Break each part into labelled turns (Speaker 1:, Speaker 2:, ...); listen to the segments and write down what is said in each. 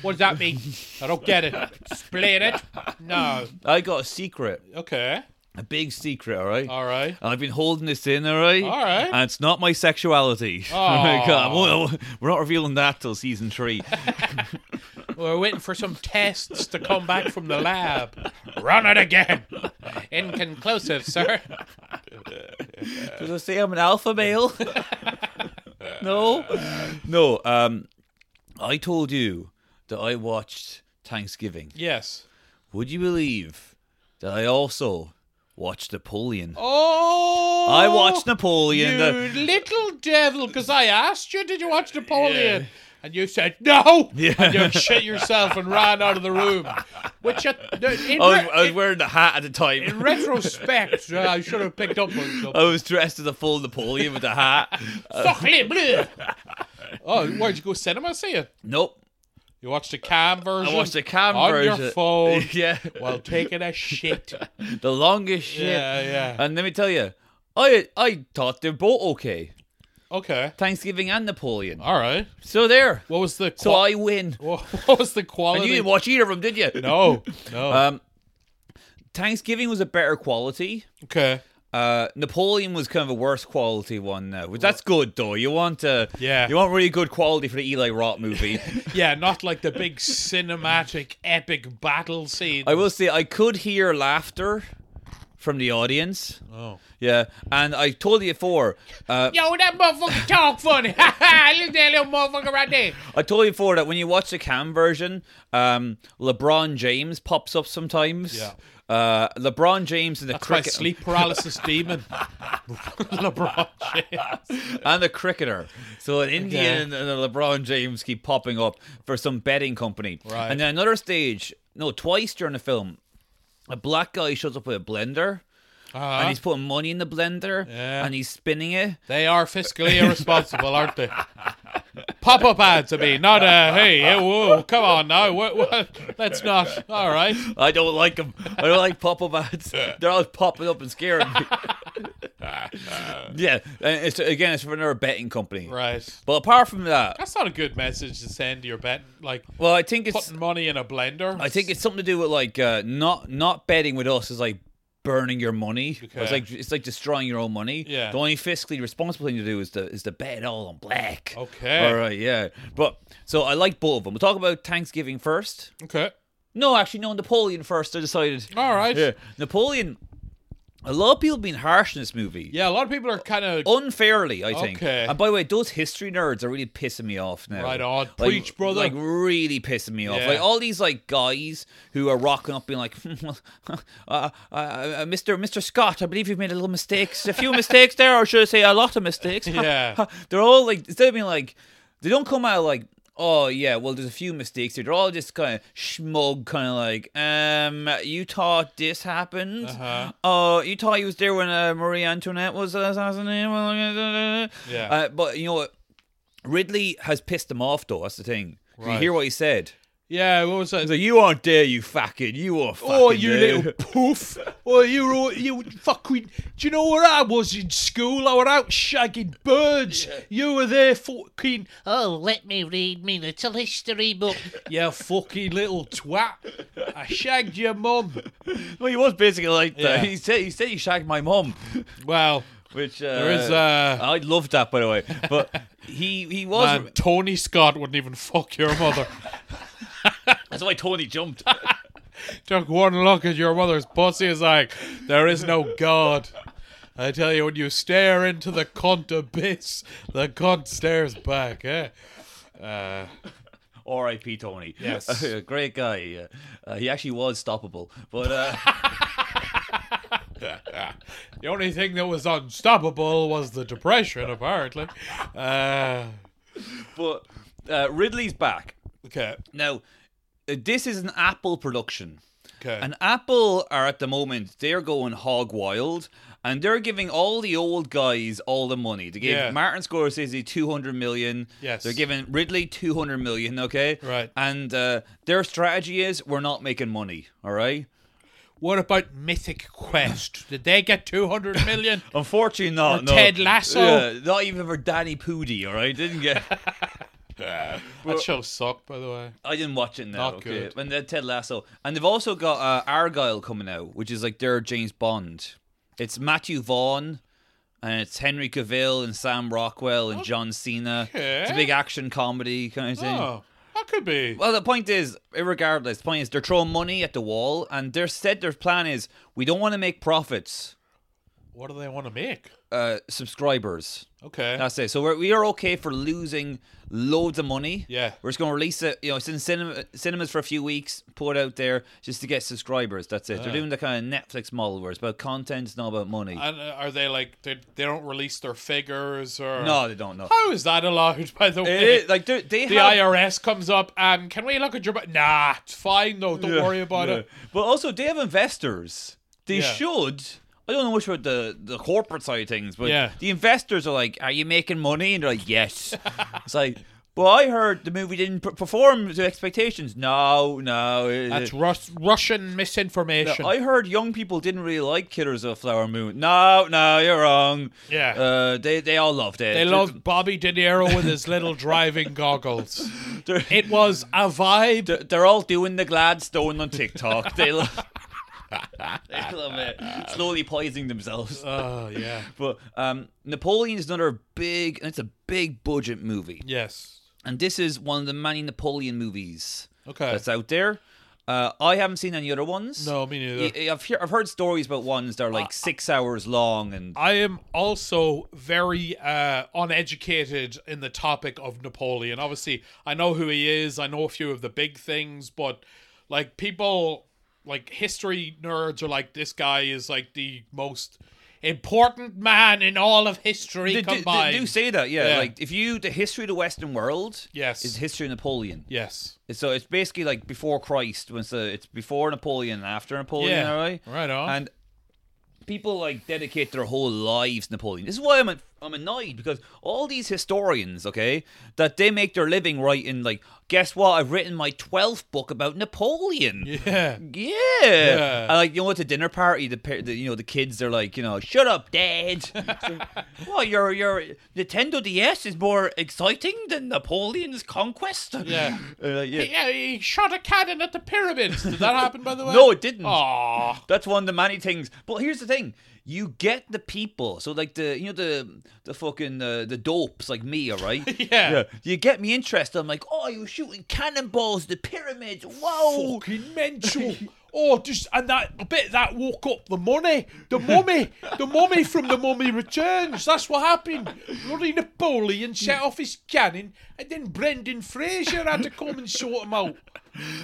Speaker 1: What does that mean? I don't get it. Explain it. No.
Speaker 2: I got a secret,
Speaker 1: Okay.
Speaker 2: a big secret. All right.
Speaker 1: All right.
Speaker 2: And I've been holding this in, all right?
Speaker 1: Uh, All right.
Speaker 2: And it's not my sexuality. Oh
Speaker 1: Aw.
Speaker 2: God, well, we're not revealing that till season three.
Speaker 1: We're waiting for some tests to come back from the lab. Run it again. Inconclusive, sir.
Speaker 2: Does it say I'm an alpha male? no, no. Um, I told you that I watched Thanksgiving.
Speaker 1: Yes.
Speaker 2: Would you believe that I also watched Napoleon?
Speaker 1: Oh.
Speaker 2: I watched Napoleon.
Speaker 1: You
Speaker 2: the-
Speaker 1: little devil, because I asked you, did you watch Napoleon? And you said no,
Speaker 2: Yeah.
Speaker 1: and you shit yourself and ran out of the room. Which, uh, in,
Speaker 2: I, was,
Speaker 1: re-
Speaker 2: I was
Speaker 1: in-
Speaker 2: wearing the hat at the
Speaker 1: in
Speaker 2: time.
Speaker 1: retrospect, uh, I should have picked up on
Speaker 2: I
Speaker 1: something.
Speaker 2: was dressed as a full Napoleon with a hat.
Speaker 1: Fuck les bleus. Oh, where'd you go cinema see it?
Speaker 2: Nope.
Speaker 1: You watched the cam version.
Speaker 2: I watched the cam
Speaker 1: on
Speaker 2: version.
Speaker 1: your phone
Speaker 2: Yeah.
Speaker 1: while taking a shit.
Speaker 2: The longest shit.
Speaker 1: Yeah, yeah.
Speaker 2: And let me tell you, I I thought they're both okay.
Speaker 1: Okay,
Speaker 2: Thanksgiving and Napoleon.
Speaker 1: all right.
Speaker 2: So there.
Speaker 1: What was the
Speaker 2: So
Speaker 1: qua-
Speaker 2: I win.
Speaker 1: what was the
Speaker 2: And
Speaker 1: quality?
Speaker 2: you didn't watch either of them, did you?
Speaker 1: no, no.
Speaker 2: Um, Thanksgiving was a better quality.
Speaker 1: okay,
Speaker 2: Uh, Napoleon was kind of a worse quality one now, which that's good though. You want uh,
Speaker 1: Yeah.
Speaker 2: you want really good quality for the Eli Roth movie.
Speaker 1: yeah, not like the big cinematic epic battle scene.
Speaker 2: I will say I could hear laughter from the audience.
Speaker 1: oh.
Speaker 2: Yeah, and I told you before. Uh,
Speaker 1: Yo, that motherfucker talk funny. Look at that little motherfucker right there.
Speaker 2: I told you before that when you watch the cam version, um, LeBron James pops up sometimes.
Speaker 1: Yeah.
Speaker 2: Uh, LeBron James and the
Speaker 1: My
Speaker 2: cricket
Speaker 1: sleep paralysis demon. LeBron James.
Speaker 2: and the cricketer. So an Indian
Speaker 1: Okay.
Speaker 2: and a LeBron James keep popping up for some betting company.
Speaker 1: Right.
Speaker 2: And then another stage, no, twice during the film, a black guy shows up with a blender
Speaker 1: Uh-huh.
Speaker 2: and he's putting money in the blender
Speaker 1: Yeah.
Speaker 2: and he's spinning it.
Speaker 1: They are fiscally irresponsible, aren't they? Pop up ads, I mean, not uh, hey, hey, whoa, come on now, what, what, let's not. All right,
Speaker 2: I don't like them. I don't like pop up ads. They're always popping up and scaring me. yeah, and it's, again, it's for another betting company.
Speaker 1: right.
Speaker 2: But apart from that,
Speaker 1: That's not a good message to send to your bet. Like
Speaker 2: well, I think it's
Speaker 1: putting money in a blender.
Speaker 2: I think it's something to do with like uh, not not betting with us is like burning your money.
Speaker 1: Okay.
Speaker 2: It's like it's like destroying your own money.
Speaker 1: Yeah.
Speaker 2: The only fiscally responsible thing to do is to is to bet it all on black.
Speaker 1: Okay.
Speaker 2: All right. Yeah. But so I like both of them. We'll talk about Thanksgiving first.
Speaker 1: okay.
Speaker 2: No, actually, no Napoleon first. I decided.
Speaker 1: All right.
Speaker 2: Yeah.
Speaker 1: Yeah.
Speaker 2: Napoleon. A lot of people being harsh in this movie.
Speaker 1: a lot of people are kind of
Speaker 2: Oh. Unfairly, I think.
Speaker 1: Okay.
Speaker 2: And by the way, those history nerds are really pissing me off now.
Speaker 1: Right on.
Speaker 2: Like-
Speaker 1: Preach, brother.
Speaker 2: Like really pissing me off.
Speaker 1: Yeah.
Speaker 2: Like all these like guys who are rocking up, being like, uh, uh, uh, "Mr. Mr. Scott, I believe you've made a little mistakes, a few mistakes there, or should I say, a lot of mistakes."
Speaker 1: Yeah.
Speaker 2: They're all like instead of being like, they don't come out like. Oh yeah, well there's a few mistakes here. They're all just kind of schmug, kind of like, um, you thought this happened?
Speaker 1: Uh-huh.
Speaker 2: Oh, you thought you was there when uh, Marie Antoinette was assassinated?
Speaker 1: Yeah.
Speaker 2: Uh, but you know what? Ridley has pissed them off, though. That's the thing. You
Speaker 1: Right.
Speaker 2: hear what he said?
Speaker 1: yeah. What was that?
Speaker 2: He's like, "You aren't there, you fucking. You are fucking.
Speaker 1: Oh, you
Speaker 2: there."
Speaker 1: little poof! Oh, you all you fucking. Do you know where I was in school? I were out shagging birds. You were there fucking.
Speaker 3: Oh, let me read me little history book.
Speaker 1: You fucking little twat! I shagged your mum.
Speaker 2: Well, he was basically like that.
Speaker 1: Yeah.
Speaker 2: He said he said he shagged my mom,
Speaker 1: Well,
Speaker 2: which uh,
Speaker 1: there is uh,
Speaker 2: I love that, by the way. But he he was.
Speaker 1: man, Tony Scott wouldn't even fuck your mother.
Speaker 2: That's why Tony jumped.
Speaker 1: Took one look at your mother's pussy is like, there is no god. I tell you, when you stare into the cunt abyss, the cunt stares back. Eh? Uh,
Speaker 2: R.I.P. Tony.
Speaker 1: Yes.
Speaker 2: great guy. Uh, uh, he actually was stoppable, but uh,
Speaker 1: The only thing that was unstoppable was the depression, apparently. Uh,
Speaker 2: but uh, Ridley's back
Speaker 1: okay,
Speaker 2: now. uh, This is an Apple production.
Speaker 1: okay.
Speaker 2: And Apple are at the moment they're going hog wild, and they're giving all the old guys all the money. They gave
Speaker 1: Yeah.
Speaker 2: Martin Scorsese two hundred million.
Speaker 1: Yes.
Speaker 2: they're giving Ridley two hundred million. Okay,
Speaker 1: Right.
Speaker 2: And uh, their strategy is we're not making money. All right.
Speaker 1: what about Mythic Quest? Did they get 200 million?
Speaker 2: Unfortunately, not
Speaker 1: Or
Speaker 2: no.
Speaker 1: Ted Lasso.
Speaker 2: Yeah, not even for Danny Pudi. All right, didn't get.
Speaker 1: that show sucked, by the way.
Speaker 2: I didn't watch it now.
Speaker 1: Not
Speaker 2: okay.
Speaker 1: good.
Speaker 2: When they had Ted Lasso, and they've also got uh, Argyle coming out, which is like their James Bond. It's Matthew Vaughn, and it's Henry Cavill and Sam Rockwell and John Cena. It's a big action comedy kind of thing.
Speaker 1: Oh, that could be.
Speaker 2: Well, the point is, regardless, the point is they're throwing money at the wall, and they said their plan is we don't want to make profits,
Speaker 1: What do they want to make?
Speaker 2: uh, subscribers.
Speaker 1: Okay.
Speaker 2: That's it. So we're, we are okay for losing loads of money.
Speaker 1: Yeah.
Speaker 2: We're just going to release it. You know, it's in cinema, cinemas for a few weeks, put it out there just to get subscribers. That's it. They're doing the kind of Netflix model where it's about content, it's not about money.
Speaker 1: and uh, are they like they, they don't release their figures or
Speaker 2: no, they don't know.
Speaker 1: How is that allowed? By the
Speaker 2: It
Speaker 1: way,
Speaker 2: is, like, they, they
Speaker 1: the
Speaker 2: have.
Speaker 1: IRS comes up and can we look at your? bu-" Nah, it's fine though. Don't worry about
Speaker 2: Yeah.
Speaker 1: it.
Speaker 2: But also, they have investors. They
Speaker 1: Yeah.
Speaker 2: should. I don't know much about the, the corporate side of things, but
Speaker 1: Yeah.
Speaker 2: the investors are like, "Are you making money?" And they're like, "Yes." it's like, but I heard the movie didn't per- perform to expectations. No, no, it-
Speaker 1: That's Rus- Russian misinformation.
Speaker 2: I heard young people didn't really like Killers of the Flower Moon. No, no, you're wrong.
Speaker 1: Yeah.
Speaker 2: Uh, they they all loved it.
Speaker 1: they love Bobby De Niro with his little driving goggles. It was a vibe.
Speaker 2: They're, they're all doing the Gladstone on TikTok. they love. they love it. Slowly poisoning themselves.
Speaker 1: Oh yeah.
Speaker 2: But um, Napoleon is another big. It's a big budget movie,
Speaker 1: Yes.
Speaker 2: and this is one of the many Napoleon movies
Speaker 1: Okay.
Speaker 2: that's out there. Uh, I haven't seen any other ones.
Speaker 1: No, me neither.
Speaker 2: I- I've, hear, I've heard stories about ones that are like six hours long and
Speaker 1: I am also very uh, uneducated in the topic of Napoleon. Obviously, I know who he is. I know a few of the big things, but like people, like history nerds, are like this guy is like the most important man in all of history
Speaker 2: They do- they
Speaker 1: combined.
Speaker 2: do say that, yeah.
Speaker 1: Yeah.
Speaker 2: Like if you the history of the Western world,
Speaker 1: Yes.
Speaker 2: is history of Napoleon.
Speaker 1: yes.
Speaker 2: So it's basically like before Christ, when it's, uh, it's before Napoleon and after Napoleon,
Speaker 1: Yeah.
Speaker 2: all right?
Speaker 1: Right on.
Speaker 2: And people like dedicate their whole lives to Napoleon. This is why I'm an- I'm annoyed because all these historians, okay, that they make their living writing like, guess what? I've written my twelfth book about Napoleon.
Speaker 1: yeah.
Speaker 2: Yeah. And like you know, at the dinner party, the, par- the you know the kids are like, you know, shut up, Dad. It's like, well, your your Nintendo DS is more exciting than Napoleon's conquest.
Speaker 1: Yeah.
Speaker 2: Uh, like, yeah.
Speaker 1: Yeah, he shot a cannon at the pyramids. Did that happen, by the way?
Speaker 2: No, it didn't.
Speaker 1: Aww.
Speaker 2: That's one of the many things. But here's the thing: you get the people. So like the you know the the fucking uh, the dopes like me, all right?
Speaker 1: Yeah.
Speaker 2: You get me interested. I'm like, oh, you're shooting cannonballs, the pyramids. Whoa.
Speaker 1: fucking mental. Oh, just and that I bet that woke up the money, the mummy, the mummy from the mummy returns. That's what happened. Bloody Napoleon set off his cannon, and then Brendan Fraser had to come and sort him out.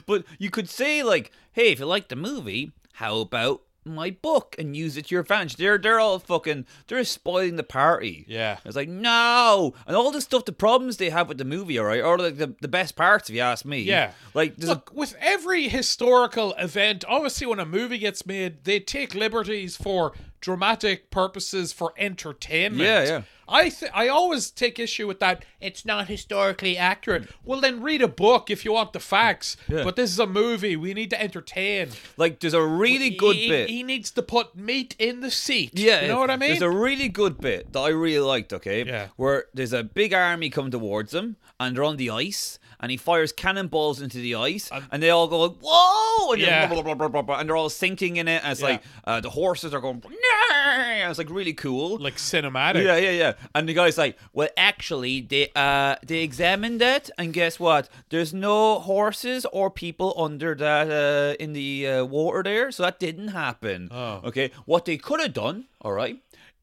Speaker 2: But you could say like, hey, if you like the movie, how about my book and use it to your advantage? They're they're all fucking they're spoiling the party.
Speaker 1: Yeah.
Speaker 2: It's like no, and all the stuff, the problems they have with the movie, all right, or like the, the best parts, if you ask me.
Speaker 1: Yeah.
Speaker 2: like there's
Speaker 1: Look, with every historical event, obviously when a movie gets made, they take liberties for dramatic purposes for entertainment.
Speaker 2: Yeah, yeah.
Speaker 1: I th- I always take issue with that. It's not historically accurate. Well, then read a book if you want the facts. But this is a movie. We need to entertain.
Speaker 2: a, like there's a really good
Speaker 1: he,
Speaker 2: bit.
Speaker 1: He needs to put meat in the seat.
Speaker 2: Yeah,
Speaker 1: you know what I mean.
Speaker 2: There's a really good bit that I really liked. Okay,
Speaker 1: Yeah.
Speaker 2: where there's a big army coming towards them, and they're on the ice, and he fires cannonballs into the ice, and they all go like, "Whoa!" And,
Speaker 1: Yeah.
Speaker 2: blah, blah, blah, blah, blah, and they're all sinking in it. And it's
Speaker 1: Yeah.
Speaker 2: like uh, the horses are going, "Nah!" and it's like really cool.
Speaker 1: like cinematic.
Speaker 2: yeah, yeah, yeah. And the guy's like, "Well, actually, they uh they examined that, and guess what? There's no horses or people under that uh, in the uh, water there, so that didn't happen.
Speaker 1: Oh.
Speaker 2: Okay, what they could have done, all right,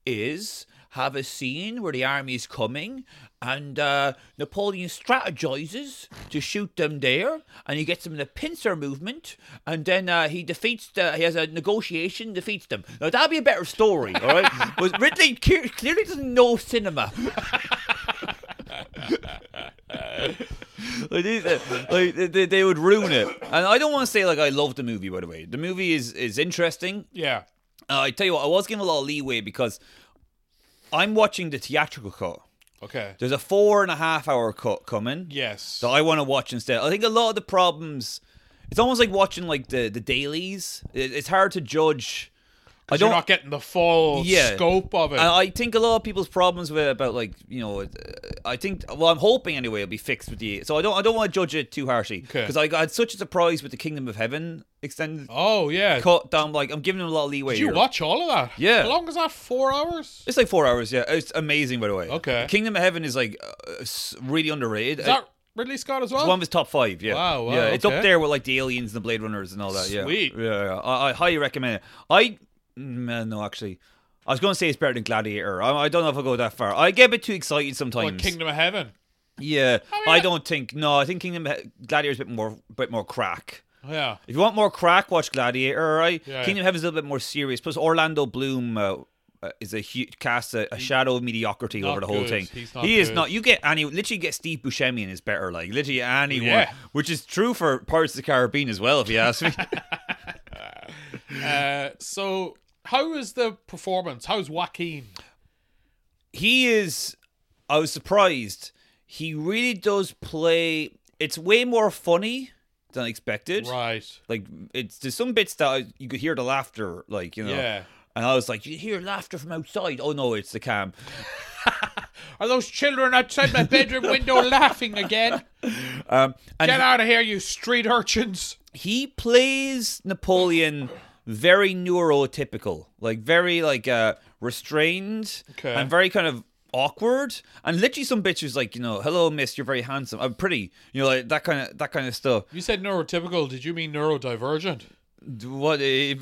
Speaker 2: is have a scene where the army's coming." And uh, Napoleon strategizes to shoot them there, and he gets them in a pincer movement, and then uh, he defeats. The, he has a negotiation, defeats them. Now that'd be a better story, all right? but Ridley clear- clearly doesn't know cinema. like these, uh, like, they- they, they would ruin it. And I don't want to say like I love the movie. By the way, the movie is is interesting.
Speaker 1: yeah.
Speaker 2: Uh, I tell you what, I was given a lot of leeway because I'm watching the theatrical cut.
Speaker 1: Okay.
Speaker 2: There's a four and a half hour cut coming
Speaker 1: Yes.
Speaker 2: that I want to watch instead. I think a lot of the problems. It's almost like watching like the the dailies. It, it's hard to judge. I
Speaker 1: you're
Speaker 2: don't.
Speaker 1: not getting the full
Speaker 2: Yeah.
Speaker 1: scope of it.
Speaker 2: I I think a lot of people's problems with it about like you know, uh, I think well, I'm hoping anyway it'll be fixed with the. So I don't I don't want to judge it too harshly
Speaker 1: Okay.
Speaker 2: because I got such a surprise with the Kingdom of Heaven extended
Speaker 1: oh yeah.
Speaker 2: cut down. Like I'm giving them a lot of leeway.
Speaker 1: Did you
Speaker 2: here.
Speaker 1: watch all of that?
Speaker 2: Yeah.
Speaker 1: How long is that? Four hours?
Speaker 2: It's like four hours. Yeah, it's amazing by the way.
Speaker 1: Okay.
Speaker 2: Kingdom of Heaven is like uh, it's really underrated.
Speaker 1: Is that Ridley Scott as
Speaker 2: It's
Speaker 1: well?
Speaker 2: one of his top five. Yeah.
Speaker 1: Wow, wow,
Speaker 2: Yeah, it's
Speaker 1: okay.
Speaker 2: up there with like the aliens and the Blade Runners and all that. Yeah.
Speaker 1: Sweet.
Speaker 2: Yeah, yeah. I, I highly recommend it. I mm, no, actually, I was going to say it's better than Gladiator. I, I don't know if I go that far. I get a bit too excited sometimes.
Speaker 1: Like Kingdom Oh, of Heaven.
Speaker 2: yeah,
Speaker 1: mean,
Speaker 2: I
Speaker 1: I-
Speaker 2: don't think. No, I think Kingdom Gladiator's a bit more, bit more crack.
Speaker 1: Yeah.
Speaker 2: If you want more crack, watch Gladiator. All right,
Speaker 1: Yeah.
Speaker 2: Kingdom Heaven's a little bit more serious. Plus, Orlando Bloom uh, uh, is a huge cast a, a shadow of mediocrity
Speaker 1: Not
Speaker 2: over the whole
Speaker 1: good.
Speaker 2: thing.
Speaker 1: He's not
Speaker 2: he is
Speaker 1: good.
Speaker 2: not. You get any literally get Steve Buscemi and is better. Like literally anyone,
Speaker 1: Oh, Yeah.
Speaker 2: which is true for Pirates of the Caribbean as well. If you ask me,
Speaker 1: Uh, so how is the performance? How's Joaquin?
Speaker 2: he is. I was surprised. He really does play. It's way more funny than I expected.
Speaker 1: Right.
Speaker 2: Like it's there's some bits that I, you could hear the laughter. Like you know.
Speaker 1: Yeah.
Speaker 2: And I was like, you hear laughter from outside. Oh no, it's the cam.
Speaker 1: Are those children outside my bedroom window laughing again?
Speaker 2: Um, and
Speaker 1: Get out of here, you street urchins.
Speaker 2: he plays Napoleon very neurotypical, like very like uh restrained
Speaker 1: Okay.
Speaker 2: and very kind of awkward and literally some bitches like you know hello miss you're very handsome i'm pretty you know like that kind of that kind of stuff
Speaker 1: You said neurotypical. Did you mean neurodivergent?
Speaker 2: D- what eh,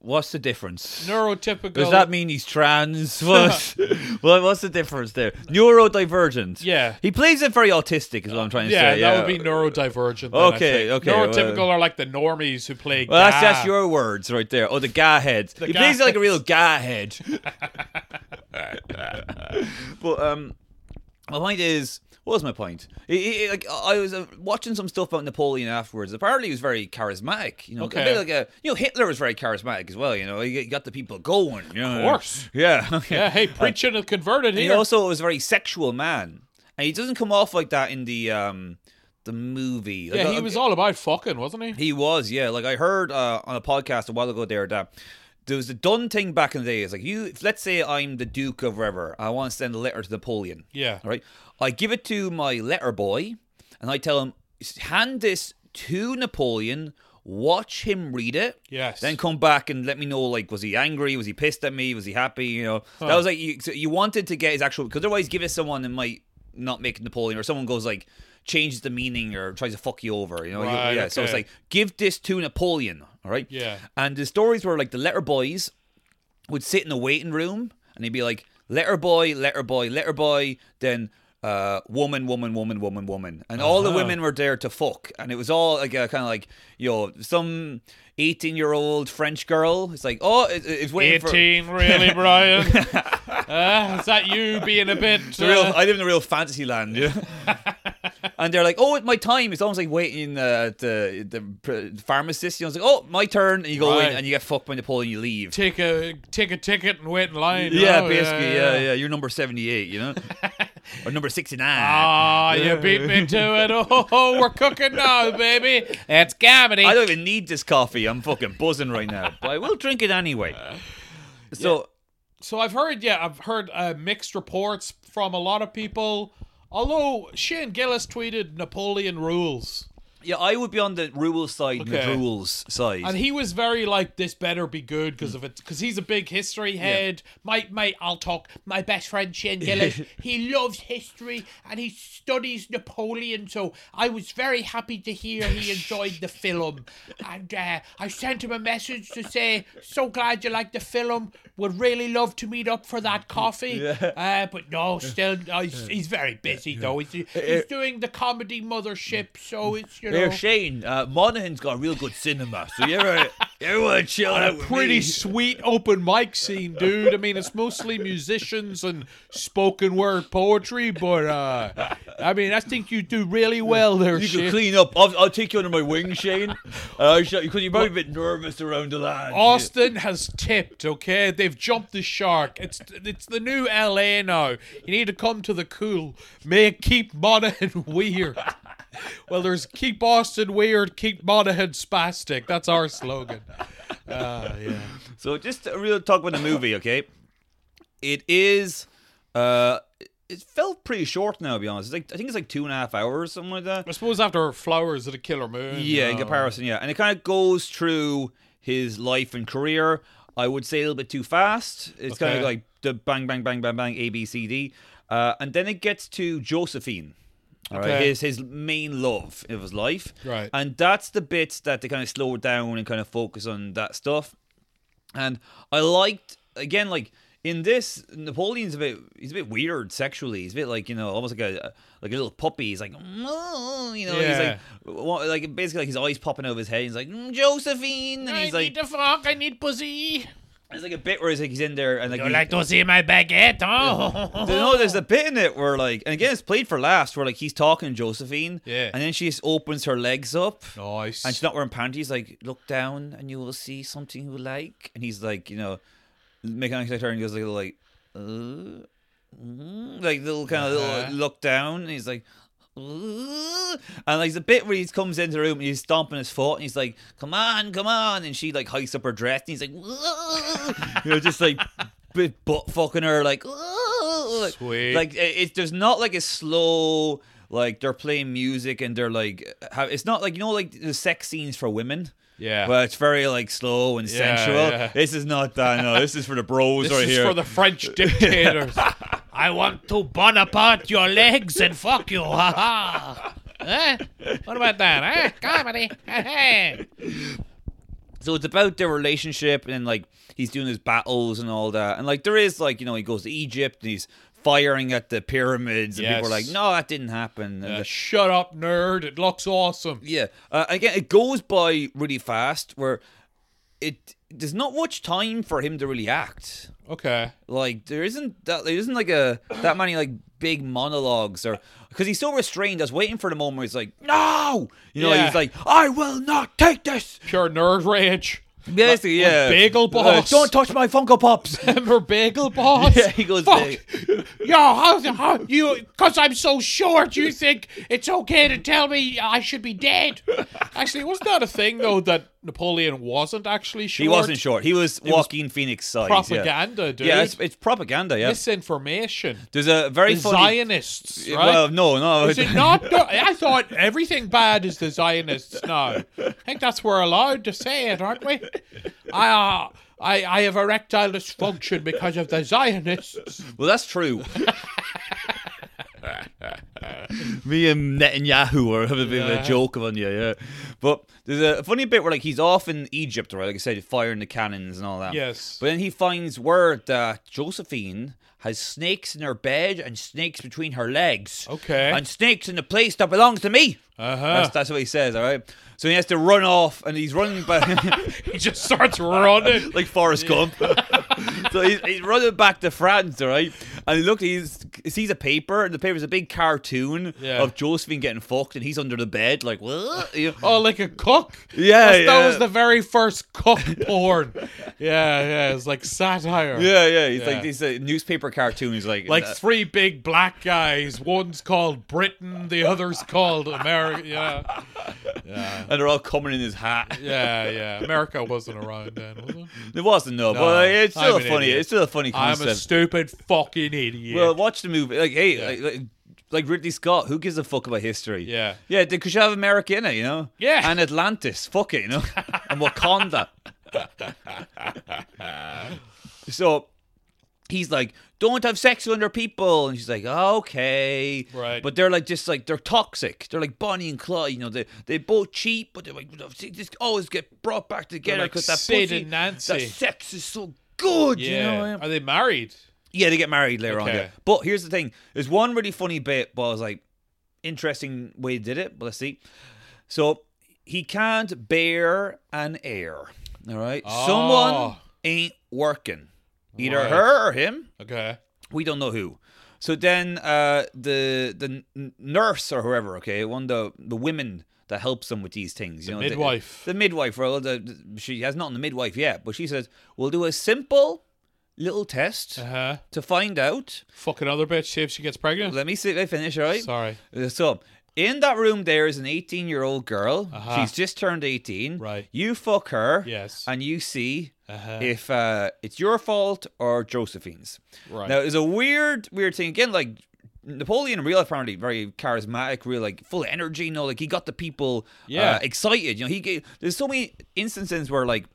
Speaker 2: what's the difference
Speaker 1: Neurotypical.
Speaker 2: does that mean he's trans what what what's the difference there neurodivergent
Speaker 1: Yeah.
Speaker 2: he plays it very autistic is what i'm trying to
Speaker 1: Yeah,
Speaker 2: say
Speaker 1: that would be neurodivergent. then, I
Speaker 2: Okay,
Speaker 1: think.
Speaker 2: okay, well-
Speaker 1: Neurotypical are like the normies who play.
Speaker 2: Well, that's,
Speaker 1: Gah.
Speaker 2: that's your words right there. Oh, the guy head. he
Speaker 1: guy
Speaker 2: plays like a real guy head. but um, my point is, what was my point? It- it- it- like I was uh, watching some stuff about Napoleon afterwards. Apparently, he was very charismatic. You know,
Speaker 1: Okay.
Speaker 2: a bit like a you know Hitler was very charismatic as well. You know, he got the people going. You know?
Speaker 1: Of course.
Speaker 2: Yeah.
Speaker 1: Yeah, hey, preaching and converted
Speaker 2: He
Speaker 1: here.
Speaker 2: also was a very sexual man, and he doesn't come off like that in the um the movie. Like,
Speaker 1: yeah, he
Speaker 2: uh,
Speaker 1: was all about fucking, wasn't he?
Speaker 2: he was, yeah. Like I heard uh, on a podcast a while ago there that there was the done thing back in the day. It's like you, if, let's say I'm the Duke of wherever, I want to send a letter to Napoleon.
Speaker 1: Yeah.
Speaker 2: All right. I give it to my letter boy, and I tell him hand this to Napoleon. Watch him read it.
Speaker 1: Yes.
Speaker 2: Then come back and let me know. Like, was he angry? Was he pissed at me? Was he happy? You know, that was like you. So you wanted to get his actual because otherwise, give it someone that might not make Napoleon, or someone goes like changes the meaning or tries to fuck you over. You know, You-
Speaker 1: Right,
Speaker 2: yeah. So it's
Speaker 1: okay.
Speaker 2: like give this to Napoleon. All right.
Speaker 1: Yeah.
Speaker 2: And the stories were like the letter boys would sit in the waiting room and he'd be like, letter boy, letter boy, letter boy, then uh, woman, woman, woman, woman, woman. And all the women were there to fuck. And it was all like a kind of like, you know, some 18 year old French girl. It's like, oh, it, it's waiting for.
Speaker 1: 18, really, Brian? uh, is that you being a bit.
Speaker 2: It's a real,
Speaker 1: uh,
Speaker 2: I live in a real fantasy land, yeah. and they're like, "Oh, it's my time." It's almost like waiting uh, at the the pr- pharmacist. You know, it's like, "Oh, my turn," and you go
Speaker 1: Right.
Speaker 2: in and you get fucked by Napoleon. You leave.
Speaker 1: take a take a ticket and wait in line. Oh, you
Speaker 2: Yeah,
Speaker 1: know?
Speaker 2: basically, yeah, yeah, You're number seventy-eight, you know, or number sixty-nine.
Speaker 1: Ah, you beat me to it. Oh, we're cooking now, baby. It's comedy.
Speaker 2: I don't even need this coffee. I'm fucking buzzing right now, but I will drink it anyway. So
Speaker 1: So I've heard, yeah, I've heard uh, mixed reports from a lot of people. Although Shane Gillis tweeted Napoleon rules,
Speaker 2: yeah, I would be on the rules side, and
Speaker 1: Okay.
Speaker 2: the rules side.
Speaker 1: and he was very like, "This better be good because of it, because he's a big history head." My mate, I'll talk. My best friend Shane Gillis, he loves history and he studies Napoleon. So I was very happy to hear he enjoyed the film, and uh, I sent him a message to say, "So glad you liked the film. Would really love to meet up for that coffee." Uh, but no, still, uh, he's, he's very busy though. He's, he's doing the comedy mothership, so it's you
Speaker 2: Here,
Speaker 1: know.
Speaker 2: Shane uh, Monaghan's got a real good cinema, so you ever, you ever wanna chill out? With
Speaker 1: pretty
Speaker 2: me?
Speaker 1: sweet open mic scene, dude. I mean, it's mostly musicians and spoken word poetry, but uh, I mean, I think you do really well there,
Speaker 2: You can
Speaker 1: Shane.
Speaker 2: clean up. I'll, I'll take you under my wing, Shane. Uh, because you're probably a bit nervous around the land.
Speaker 1: Austin has tipped, okay? They've jumped the shark. It's it's the new LA now. You need to come to the cool. May keep Monaghan weird. Well, there's keep Austin weird, keep Monaghan spastic. That's our slogan. Ah, yeah.
Speaker 2: So just a real talk about the movie, okay? It is. uh It felt pretty short now, to be honest. It's like I think it's like two and a half hours, something like that.
Speaker 1: I suppose after Flowers of the Killer Moon.
Speaker 2: Yeah,
Speaker 1: you
Speaker 2: in
Speaker 1: know.
Speaker 2: comparison, yeah, and it kind of goes through his life and career. I would say a little bit too fast. It's kind
Speaker 1: Okay.
Speaker 2: of like the bang, bang, bang, bang, bang, A, B, C, D, uh, and then it gets to Josephine. All right,
Speaker 1: Okay.
Speaker 2: his his main love of his life,
Speaker 1: Right.
Speaker 2: and that's the bits that they kind of slow down and kind of focus on that stuff. And I liked again, like in this, Napoleon's a bit he's a bit weird sexually. He's a bit like you know almost like a like a little puppy. He's like "Mm," you know he's
Speaker 1: Yeah.
Speaker 2: like wa- like basically like his eyes popping over his head. He's like "Mm, Josephine, and
Speaker 3: I
Speaker 2: he's like
Speaker 3: need a fork. I need pussy.
Speaker 2: it's like a bit where he's like he's in there and like,
Speaker 3: You
Speaker 2: he's-
Speaker 3: like to see my baguette? Oh,
Speaker 2: no, there's a bit in it where like and again it's played for laughs where like he's talking to Josephine,
Speaker 1: Yeah.
Speaker 2: and then she just opens her legs up.
Speaker 1: Nice.
Speaker 2: And she's not wearing panties. Like, look down, and you will see something you like. And he's like, you know, making eye contact with her, and he goes like, like, uh, mm, like little kind of
Speaker 1: Uh-huh.
Speaker 2: little look down. And he's like, uh, and like the bit where he comes into the room and he's stomping his foot, and he's like, come on, come on, and she like hikes up her dress, and he's like, uh, you know, just like bit butt fucking her, like, uh, like-
Speaker 1: Sweet.
Speaker 2: like it, it, there's not like a slow like they're playing music and they're like how it's not like you know like the sex scenes for women
Speaker 1: yeah.
Speaker 2: where it's very like slow and
Speaker 1: Yeah,
Speaker 2: sensual
Speaker 1: yeah.
Speaker 2: this is not that no this is for the bros
Speaker 1: this
Speaker 2: right
Speaker 1: is
Speaker 2: here
Speaker 1: for the French dictators.
Speaker 3: I want to Bonaparte your legs and fuck you. Ha ha. Huh? What about that? Huh? Comedy. Hey.
Speaker 2: so it's about their relationship and like he's doing his battles and all that and like there is like you know he goes to egypt and he's firing at the pyramids and people are like
Speaker 1: Yes.
Speaker 2: no that didn't happen and
Speaker 1: Uh,
Speaker 2: the-
Speaker 1: shut up, nerd. It looks awesome.
Speaker 2: Yeah. Uh, again, it goes by really fast where it there's not much time for him to really act.
Speaker 1: Okay.
Speaker 2: Like there isn't that there isn't like a that many like big monologues or because he's so restrained. I was waiting for the moment where he's like, "No," you know, like,
Speaker 1: Yeah.
Speaker 2: he's like, "I will not take this."
Speaker 1: Pure nerd rage.
Speaker 2: Basically,
Speaker 1: like
Speaker 2: yeah.
Speaker 1: Bagel
Speaker 2: Uh,
Speaker 1: Boss.
Speaker 2: Don't touch my Funko Pops.
Speaker 1: Remember Bagel Boss?
Speaker 2: yeah, he goes.
Speaker 1: Fuck.
Speaker 2: "Bag-
Speaker 3: Yo, how, how you? Cause I'm so short. You think it's okay to tell me I should be dead?
Speaker 1: Actually, wasn't that a thing, though, that Napoleon wasn't actually short?
Speaker 2: He wasn't short. He was walking Phoenix size.
Speaker 1: Propaganda,
Speaker 2: yeah.
Speaker 1: dude.
Speaker 2: Yeah, it's, it's propaganda. Yeah,
Speaker 1: Misinformation.
Speaker 2: there's a very
Speaker 1: The
Speaker 2: funny.
Speaker 1: Zionists, right?
Speaker 2: Well, no, no.
Speaker 1: Is it not? the- I thought everything bad is the Zionists now. I think that's we're allowed to say it, aren't we? I, uh, I, I have erectile dysfunction because of the Zionists.
Speaker 2: Well, that's true. Me and Netanyahu are having a bit of
Speaker 1: Yeah.
Speaker 2: a joke on you, yeah. But there's a funny bit where, like, he's off in Egypt, right? Like I said, firing the cannons and all that.
Speaker 1: Yes.
Speaker 2: But then he finds word that Josephine has snakes in her bed and snakes between her legs.
Speaker 1: Okay.
Speaker 2: And snakes in the place that belongs to me.
Speaker 1: Uh
Speaker 2: That's,
Speaker 1: huh.
Speaker 2: that's what he says, all right? So he has to run off, and he's running back.
Speaker 1: He just starts running.
Speaker 2: like Forrest Gump. so he's, he's running back to France, all right? And he look, he's, he sees a paper, and the paper's a big cartoon
Speaker 1: Yeah.
Speaker 2: of Josephine getting fucked, and he's under the bed, like, what? You know?
Speaker 1: Oh, like a cook.
Speaker 2: Yeah,
Speaker 1: That's- that
Speaker 2: yeah.
Speaker 1: was the very first cook porn. yeah, yeah, it's like satire.
Speaker 2: Yeah, yeah. He's
Speaker 1: Yeah.
Speaker 2: like, he's a newspaper cartoon. He's like, uh,
Speaker 1: Like three big black guys. One's called Britain, the other's called America. Yeah,
Speaker 2: and they're all coming in his hat.
Speaker 1: yeah, yeah. America wasn't around then, was it?
Speaker 2: It wasn't, no,
Speaker 1: No,
Speaker 2: but like, it's still
Speaker 1: I'm
Speaker 2: a
Speaker 1: an
Speaker 2: funny,
Speaker 1: idiot.
Speaker 2: it's still a funny
Speaker 1: I'm
Speaker 2: concept.
Speaker 1: a stupid fucking idiot.
Speaker 2: Well, watch the movie. Like, hey,
Speaker 1: Yeah.
Speaker 2: like, like, like Ridley Scott, who gives a fuck about history?
Speaker 1: Yeah.
Speaker 2: Yeah, because you have America in it, you know?
Speaker 1: Yeah.
Speaker 2: And Atlantis, fuck it, you know? and Wakanda. so he's like, don't have sex with other people. And she's like, okay.
Speaker 1: Right.
Speaker 2: But they're like, just like, they're toxic. They're like Bonnie and Clyde, you know? They, they both cheat, but they're like, they just always get brought back together
Speaker 1: like
Speaker 2: because that
Speaker 1: Sid
Speaker 2: pussy,
Speaker 1: and Nancy.
Speaker 2: that sex is so good, you know?
Speaker 1: yeah. Are they married?
Speaker 2: Yeah, they get married later on.
Speaker 1: Okay.
Speaker 2: Yeah. But here's the thing: there's one really funny bit, but I was like, interesting way they did it. But let's see. So he can't bear an heir. All right, someone
Speaker 1: Oh.
Speaker 2: ain't working, either
Speaker 1: Right.
Speaker 2: her or him.
Speaker 1: Okay.
Speaker 2: We don't know who. So then uh, the the n- nurse or whoever, okay, one of the the women that helps them with these things, you know, the-
Speaker 1: midwife.
Speaker 2: the, midwife. Well, the, she has not the midwife yet, but she says we'll do a simple little test
Speaker 1: Uh huh.
Speaker 2: to find out
Speaker 1: Fuck another bitch. See if she gets pregnant.
Speaker 2: let me see if I finish, all right?
Speaker 1: Sorry.
Speaker 2: Uh, So, In that room, there is an 18 year old girl.
Speaker 1: Uh-huh.
Speaker 2: She's just turned 18.
Speaker 1: Right.
Speaker 2: You fuck her.
Speaker 1: Yes.
Speaker 2: And you see
Speaker 1: Uh-huh.
Speaker 2: if uh, it's your fault or Josephine's.
Speaker 1: Right.
Speaker 2: Now, it's a weird, weird thing. Again, like Napoleon in real life, apparently very charismatic, real like full of energy. You know, like he got the people
Speaker 1: Yeah.
Speaker 2: uh, excited. You know, he gave, there's so many instances where like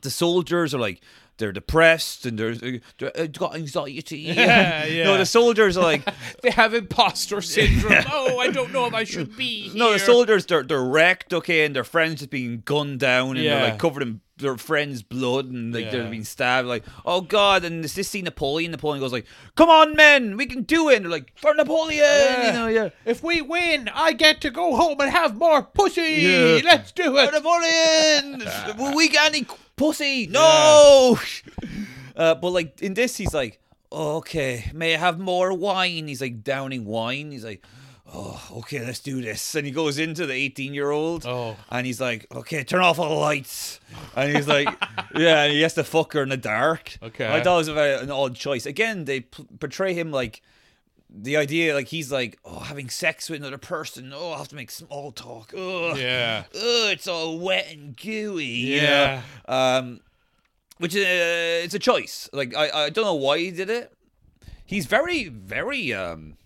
Speaker 2: the soldiers are like they're depressed and they're, they're uh, got anxiety.
Speaker 1: Yeah, yeah.
Speaker 2: No, the soldiers are like
Speaker 1: They have imposter syndrome. oh, I don't know if I should be here.
Speaker 2: No, the soldiers they're they're wrecked, okay, and their friends just being gunned down and
Speaker 1: Yeah.
Speaker 2: they're like covered in their friends' blood and like
Speaker 1: Yeah.
Speaker 2: they're being stabbed, like, oh god, and this this scene Napoleon, Napoleon goes like, Come on men, we can do it and they're like, For Napoleon
Speaker 1: Yeah.
Speaker 2: you know, yeah.
Speaker 1: If we win, I get to go home and have more pussy.
Speaker 2: Yeah.
Speaker 1: Let's do
Speaker 2: For
Speaker 1: it.
Speaker 2: Napoleon Will we get any pussy? No Uh, but like in this he's like, oh, okay, may I have more wine? He's like downing wine. He's like Oh, okay, let's do this. And he goes into the 18 year old.
Speaker 1: Oh.
Speaker 2: And he's like, okay, turn off all the lights. And he's like, yeah, and he has to fuck her in the dark.
Speaker 1: Okay.
Speaker 2: I thought it was a very, an odd choice. Again, they p- portray him like the idea, like he's like, oh, having sex with another person. Oh, I have to make small talk. Ugh.
Speaker 1: Yeah.
Speaker 2: Ugh, it's all wet and gooey. you
Speaker 1: Yeah.
Speaker 2: know? Um, which uh, it's a choice. Like I, I don't know why he did it. He's very, very um.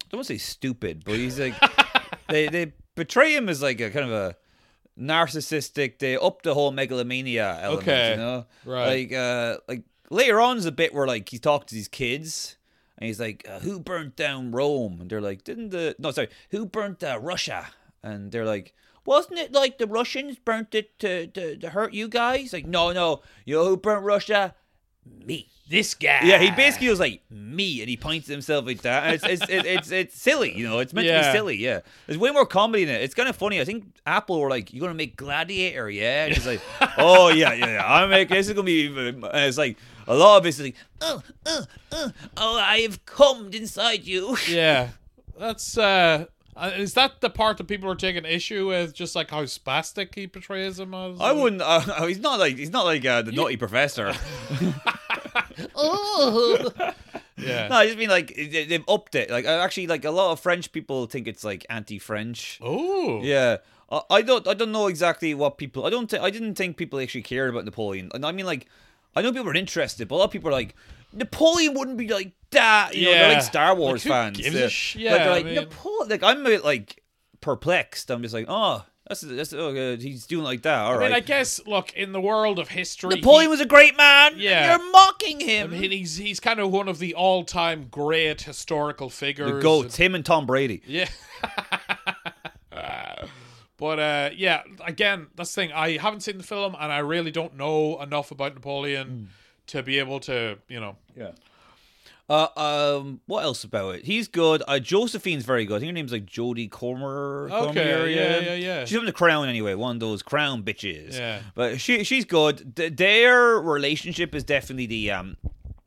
Speaker 2: I don't want to say stupid, but he's like they they portray him as like a kind of a narcissistic. They up the whole megalomania element,
Speaker 1: Okay.
Speaker 2: you know.
Speaker 1: Right.
Speaker 2: Like uh, like later on is a bit where like he talked to these kids. And he's like, uh, "Who burnt down Rome?" And they're like, "Didn't the no, sorry, who burnt uh, Russia?" And they're like, "Wasn't it like the Russians burnt it to, to to hurt you guys?" Like, no, no, you know who burnt Russia? Me.
Speaker 3: This guy.
Speaker 2: Yeah,
Speaker 1: Ah.
Speaker 2: he basically was like me, and he points at himself like that. And it's it's it's, it's, it's silly, you know. It's meant to
Speaker 1: Yeah.
Speaker 2: be silly. Yeah, there's way more comedy in it. It's kind of funny. I think Apple were like, "You're gonna make Gladiator, yeah?" And he's like, "Oh yeah, yeah, yeah. I'm making this is gonna be." And it's like a lot of it's like, "Oh, oh, oh, oh, I have cummed inside you."
Speaker 1: Yeah. That's uh uh, is that the part that people are taking issue with just like how spastic he portrays him as?
Speaker 2: I wouldn't. Uh, he's not like he's not like uh, the naughty professor.
Speaker 3: Oh.
Speaker 1: Yeah.
Speaker 2: No, I just mean like they- they've upped it. Like uh, actually, like a lot of French people think it's like anti-French.
Speaker 1: Oh.
Speaker 2: Yeah. I, I don't I don't know exactly what people I don't thi- I didn't think people actually cared about Napoleon. And I mean like I know people were interested, but a lot of people are like Napoleon wouldn't be like that. You know, they're
Speaker 1: Yeah.
Speaker 2: like Star Wars
Speaker 1: who
Speaker 2: fans.
Speaker 1: gives a sh-
Speaker 2: Like,
Speaker 1: yeah,
Speaker 2: they're
Speaker 1: I
Speaker 2: like
Speaker 1: mean-
Speaker 2: Napoleon like I'm a bit like perplexed. I'm just like, "Oh, that's that's oh, uh, he's doing like that. All
Speaker 1: I
Speaker 2: right.
Speaker 1: mean, I guess look in the world of history,
Speaker 2: Napoleon was a great man.
Speaker 1: Yeah.
Speaker 2: You're mocking him.
Speaker 1: he- I mean, he's he's kind of one of the all-time great historical figures.
Speaker 2: the goats, him and Tom Brady.
Speaker 1: Yeah. Uh, but uh, yeah, again, that's the thing. I haven't seen the film, and I really don't know enough about
Speaker 2: Hmm.
Speaker 1: Napoleon to be able to, you know.
Speaker 2: Uh, um, what else about it? He's good. Uh, Josephine's very good. I think her name's like Jodie Comer.
Speaker 1: Okay,
Speaker 2: Cormier,
Speaker 1: yeah, yeah, yeah.
Speaker 2: She's from the Crown anyway. One of those Crown bitches.
Speaker 1: Yeah.
Speaker 2: but she she's good. Th- their relationship is definitely the um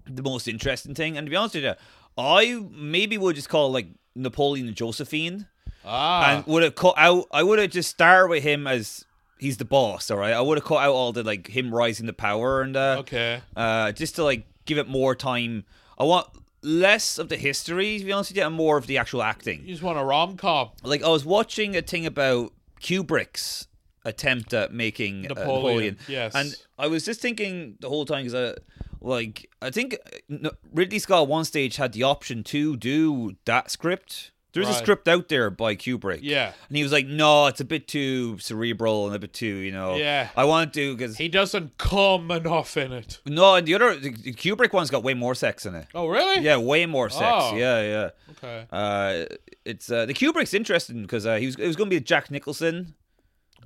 Speaker 2: the most interesting thing. And to be honest with you, I maybe would just call like Napoleon and Josephine,
Speaker 1: Ah,
Speaker 2: and would have cut out. I would have just started with him as he's the boss. All right, I would have cut out all the like him rising to power and uh,
Speaker 1: okay.
Speaker 2: uh, just to like give it more time. I want less of the history, to be honest with you, and more of the actual
Speaker 1: You
Speaker 2: acting.
Speaker 1: just want a rom com.
Speaker 2: Like I was watching a thing about Kubrick's attempt at making Napoleon,
Speaker 1: Napoleon,
Speaker 2: Napoleon.
Speaker 1: yes.
Speaker 2: and I was just thinking the whole time because I. Like I think uh, no- Ridley Scott at one stage had the option to do that script. There's a
Speaker 1: Right.
Speaker 2: script out there by Kubrick.
Speaker 1: Yeah.
Speaker 2: and he was like, "No, it's a bit too cerebral and a bit too, you know."
Speaker 1: Yeah.
Speaker 2: I want to because
Speaker 1: He doesn't come enough in it.
Speaker 2: no, and the other the the Kubrick one's got way more sex in it.
Speaker 1: Oh, really?
Speaker 2: Yeah, way more sex.
Speaker 1: Oh.
Speaker 2: Yeah, yeah.
Speaker 1: Okay.
Speaker 2: Uh, it's uh, the Kubrick's interesting because uh, he was it was going to be Jack Nicholson.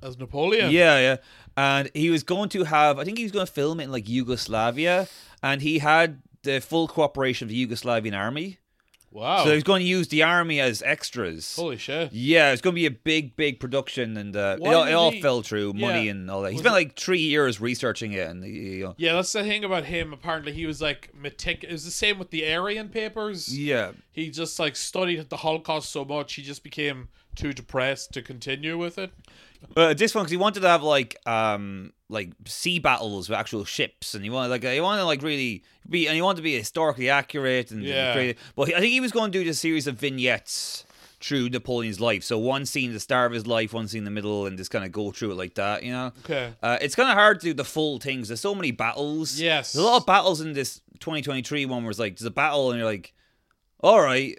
Speaker 1: As
Speaker 2: Yeah.
Speaker 1: Napoleon.
Speaker 2: yeah, And he was going to have I think he was going to film it in like Yugoslavia, and he had the full cooperation of the Yugoslavian army,
Speaker 1: Wow.
Speaker 2: so he was going to use the army as extras.
Speaker 1: Holy shit.
Speaker 2: yeah, it's going to be a big, big production, and uh, it
Speaker 1: Why
Speaker 2: all, it
Speaker 1: did
Speaker 2: all
Speaker 1: he-
Speaker 2: fell through money
Speaker 1: Yeah.
Speaker 2: and all that. He
Speaker 1: Was
Speaker 2: spent
Speaker 1: it-
Speaker 2: like three years researching it, and you know,
Speaker 1: Yeah, that's the thing about him. Apparently, he was like metic. It was the same with the Aryan papers.
Speaker 2: yeah,
Speaker 1: He just like studied the Holocaust so much, he just became too depressed to continue with it.
Speaker 2: But at this one, because he wanted to have like um like sea battles with actual ships, and he wanted like he wanted like really be and he wanted to be historically accurate and
Speaker 1: Yeah.
Speaker 2: creative. But he- I think he was going to do this series of vignettes through Napoleon's life. So one scene the start of his life, one scene in the middle, and just kind of go through it like that, you know.
Speaker 1: Okay.
Speaker 2: Uh, it's kind of hard to do the full things. There's so many battles.
Speaker 1: Yes.
Speaker 2: There's a lot of battles in this 2023 one where it's like there's a battle and you're like, all right,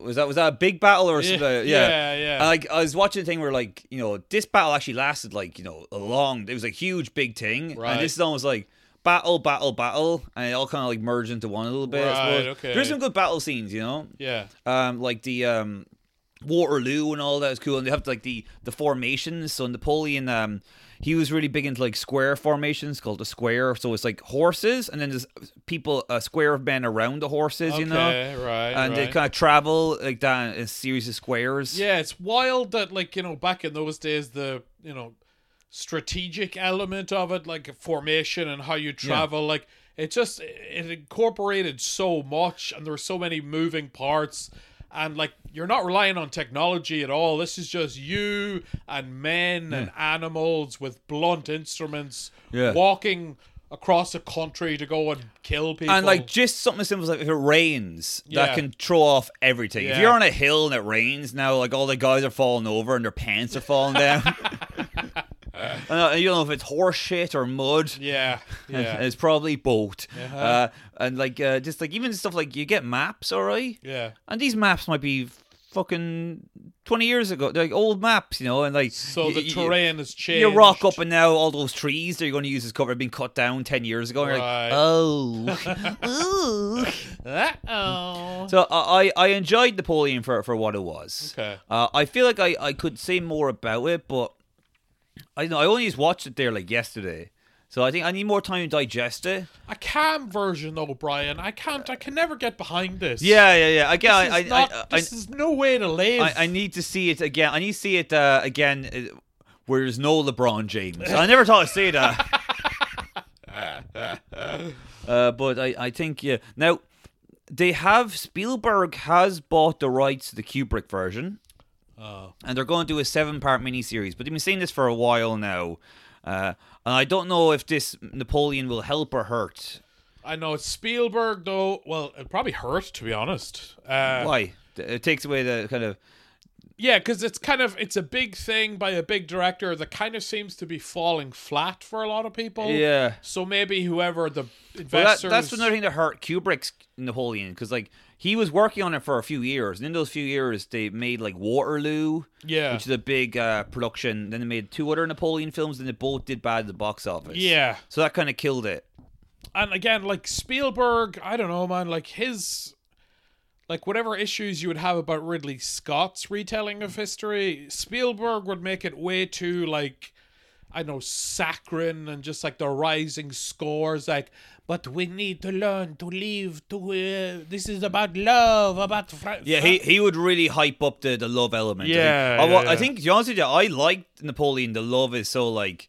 Speaker 2: was that was that a big battle or something?
Speaker 1: Yeah,
Speaker 2: Yeah. Uh,
Speaker 1: yeah, yeah.
Speaker 2: And, like I was watching a thing where like you know this battle actually lasted like you know a long. It was a huge big thing.
Speaker 1: Right.
Speaker 2: And this is almost like. Battle, battle, battle, and it all kind of like merged into one a little bit. I
Speaker 1: Right,
Speaker 2: suppose.
Speaker 1: okay.
Speaker 2: There's some good battle scenes, you know
Speaker 1: Yeah.
Speaker 2: um, like the um, Waterloo and all that is cool, and they have like the the formations. So Napoleon, um, he was really big into like square formations called the square. So it's like horses, and then there's people a square of men around the horses,
Speaker 1: Okay,
Speaker 2: you know,
Speaker 1: right.
Speaker 2: and they
Speaker 1: right.
Speaker 2: kind of travel like that in a series of squares.
Speaker 1: Yeah, it's wild that like you know back in those days the you know strategic element of it, like formation and how you travel, like it just it incorporated so much, and there were so many moving parts. And like you're not relying on technology at all. This is just you and men and animals with blunt instruments
Speaker 2: Yeah.
Speaker 1: walking across a country to go and kill people.
Speaker 2: And like just something as simple as like if it rains,
Speaker 1: Yeah.
Speaker 2: that can throw off everything. If
Speaker 1: Yeah.
Speaker 2: you're on a hill and it rains now, like all the guys are falling over and their pants are falling down. and uh, you don't know if it's horse shit or mud.
Speaker 1: yeah,
Speaker 2: And
Speaker 1: yeah, Uh-huh.
Speaker 2: it's probably both. uh and like uh, just like even stuff like you get maps, all right?
Speaker 1: yeah.
Speaker 2: And these maps might be fucking twenty years ago. They're like old maps, you know, and like
Speaker 1: So
Speaker 2: y-
Speaker 1: the
Speaker 2: y-
Speaker 1: terrain has changed.
Speaker 2: you rock up and now all those trees that you're going to use as cover have been cut down 10 years ago and you're
Speaker 1: Right.
Speaker 2: like oh ooh.
Speaker 3: Uh-oh.
Speaker 2: so I, I I enjoyed napoleon for, for what it was
Speaker 1: Okay.
Speaker 2: uh, i feel like I, I could say more about it but i don't know i only just watched it there like yesterday so i think i need more time to digest it
Speaker 1: a cam version though, Brian. I can't. I can never get behind this.
Speaker 2: yeah yeah yeah i get
Speaker 1: This
Speaker 2: I,
Speaker 1: is,
Speaker 2: I,
Speaker 1: not,
Speaker 2: I, I,
Speaker 1: this is no way to live.
Speaker 2: I, I need to see it again. I need to see it uh, again uh, where there's no LeBron James. I never thought I'd say that. uh, but I, I think, yeah. Now, they have, Spielberg has bought the rights to the Kubrick version.
Speaker 1: Oh.
Speaker 2: And they're going to do a seven part miniseries. But they've been saying this for a while now. Uh, and I don't know if this Napoleon will help or hurt.
Speaker 1: I know it's Spielberg though. Well, it probably hurt to be honest. Uh,
Speaker 2: Why? It takes away the kind of.
Speaker 1: Yeah, because it's kind of it's a big thing by a big director that kind of seems to be falling flat for a lot of people.
Speaker 2: Yeah.
Speaker 1: So maybe whoever the
Speaker 2: Well, that,
Speaker 1: investors.
Speaker 2: that's another thing that hurt Kubrick's Napoleon because like he was working on it for a few years, and in those few years they made like Waterloo,
Speaker 1: Yeah.
Speaker 2: which is a big uh, production. Then they made two other Napoleon films, and they both did bad at the box office.
Speaker 1: Yeah.
Speaker 2: so that kind of killed it.
Speaker 1: and again, like Spielberg, I don't know, man. Like his, like whatever issues you would have about Ridley Scott's retelling of history, Spielberg would make it way too like, I know, saccharine and just like the rising scores. Like, but we need to learn to live. To uh, this is about love, about fr-
Speaker 2: Yeah, he, he would really hype up the, the love element.
Speaker 1: Yeah,
Speaker 2: I, think- I wa-
Speaker 1: yeah, yeah.
Speaker 2: I think to be honest with you, I liked Napoleon. The love is so like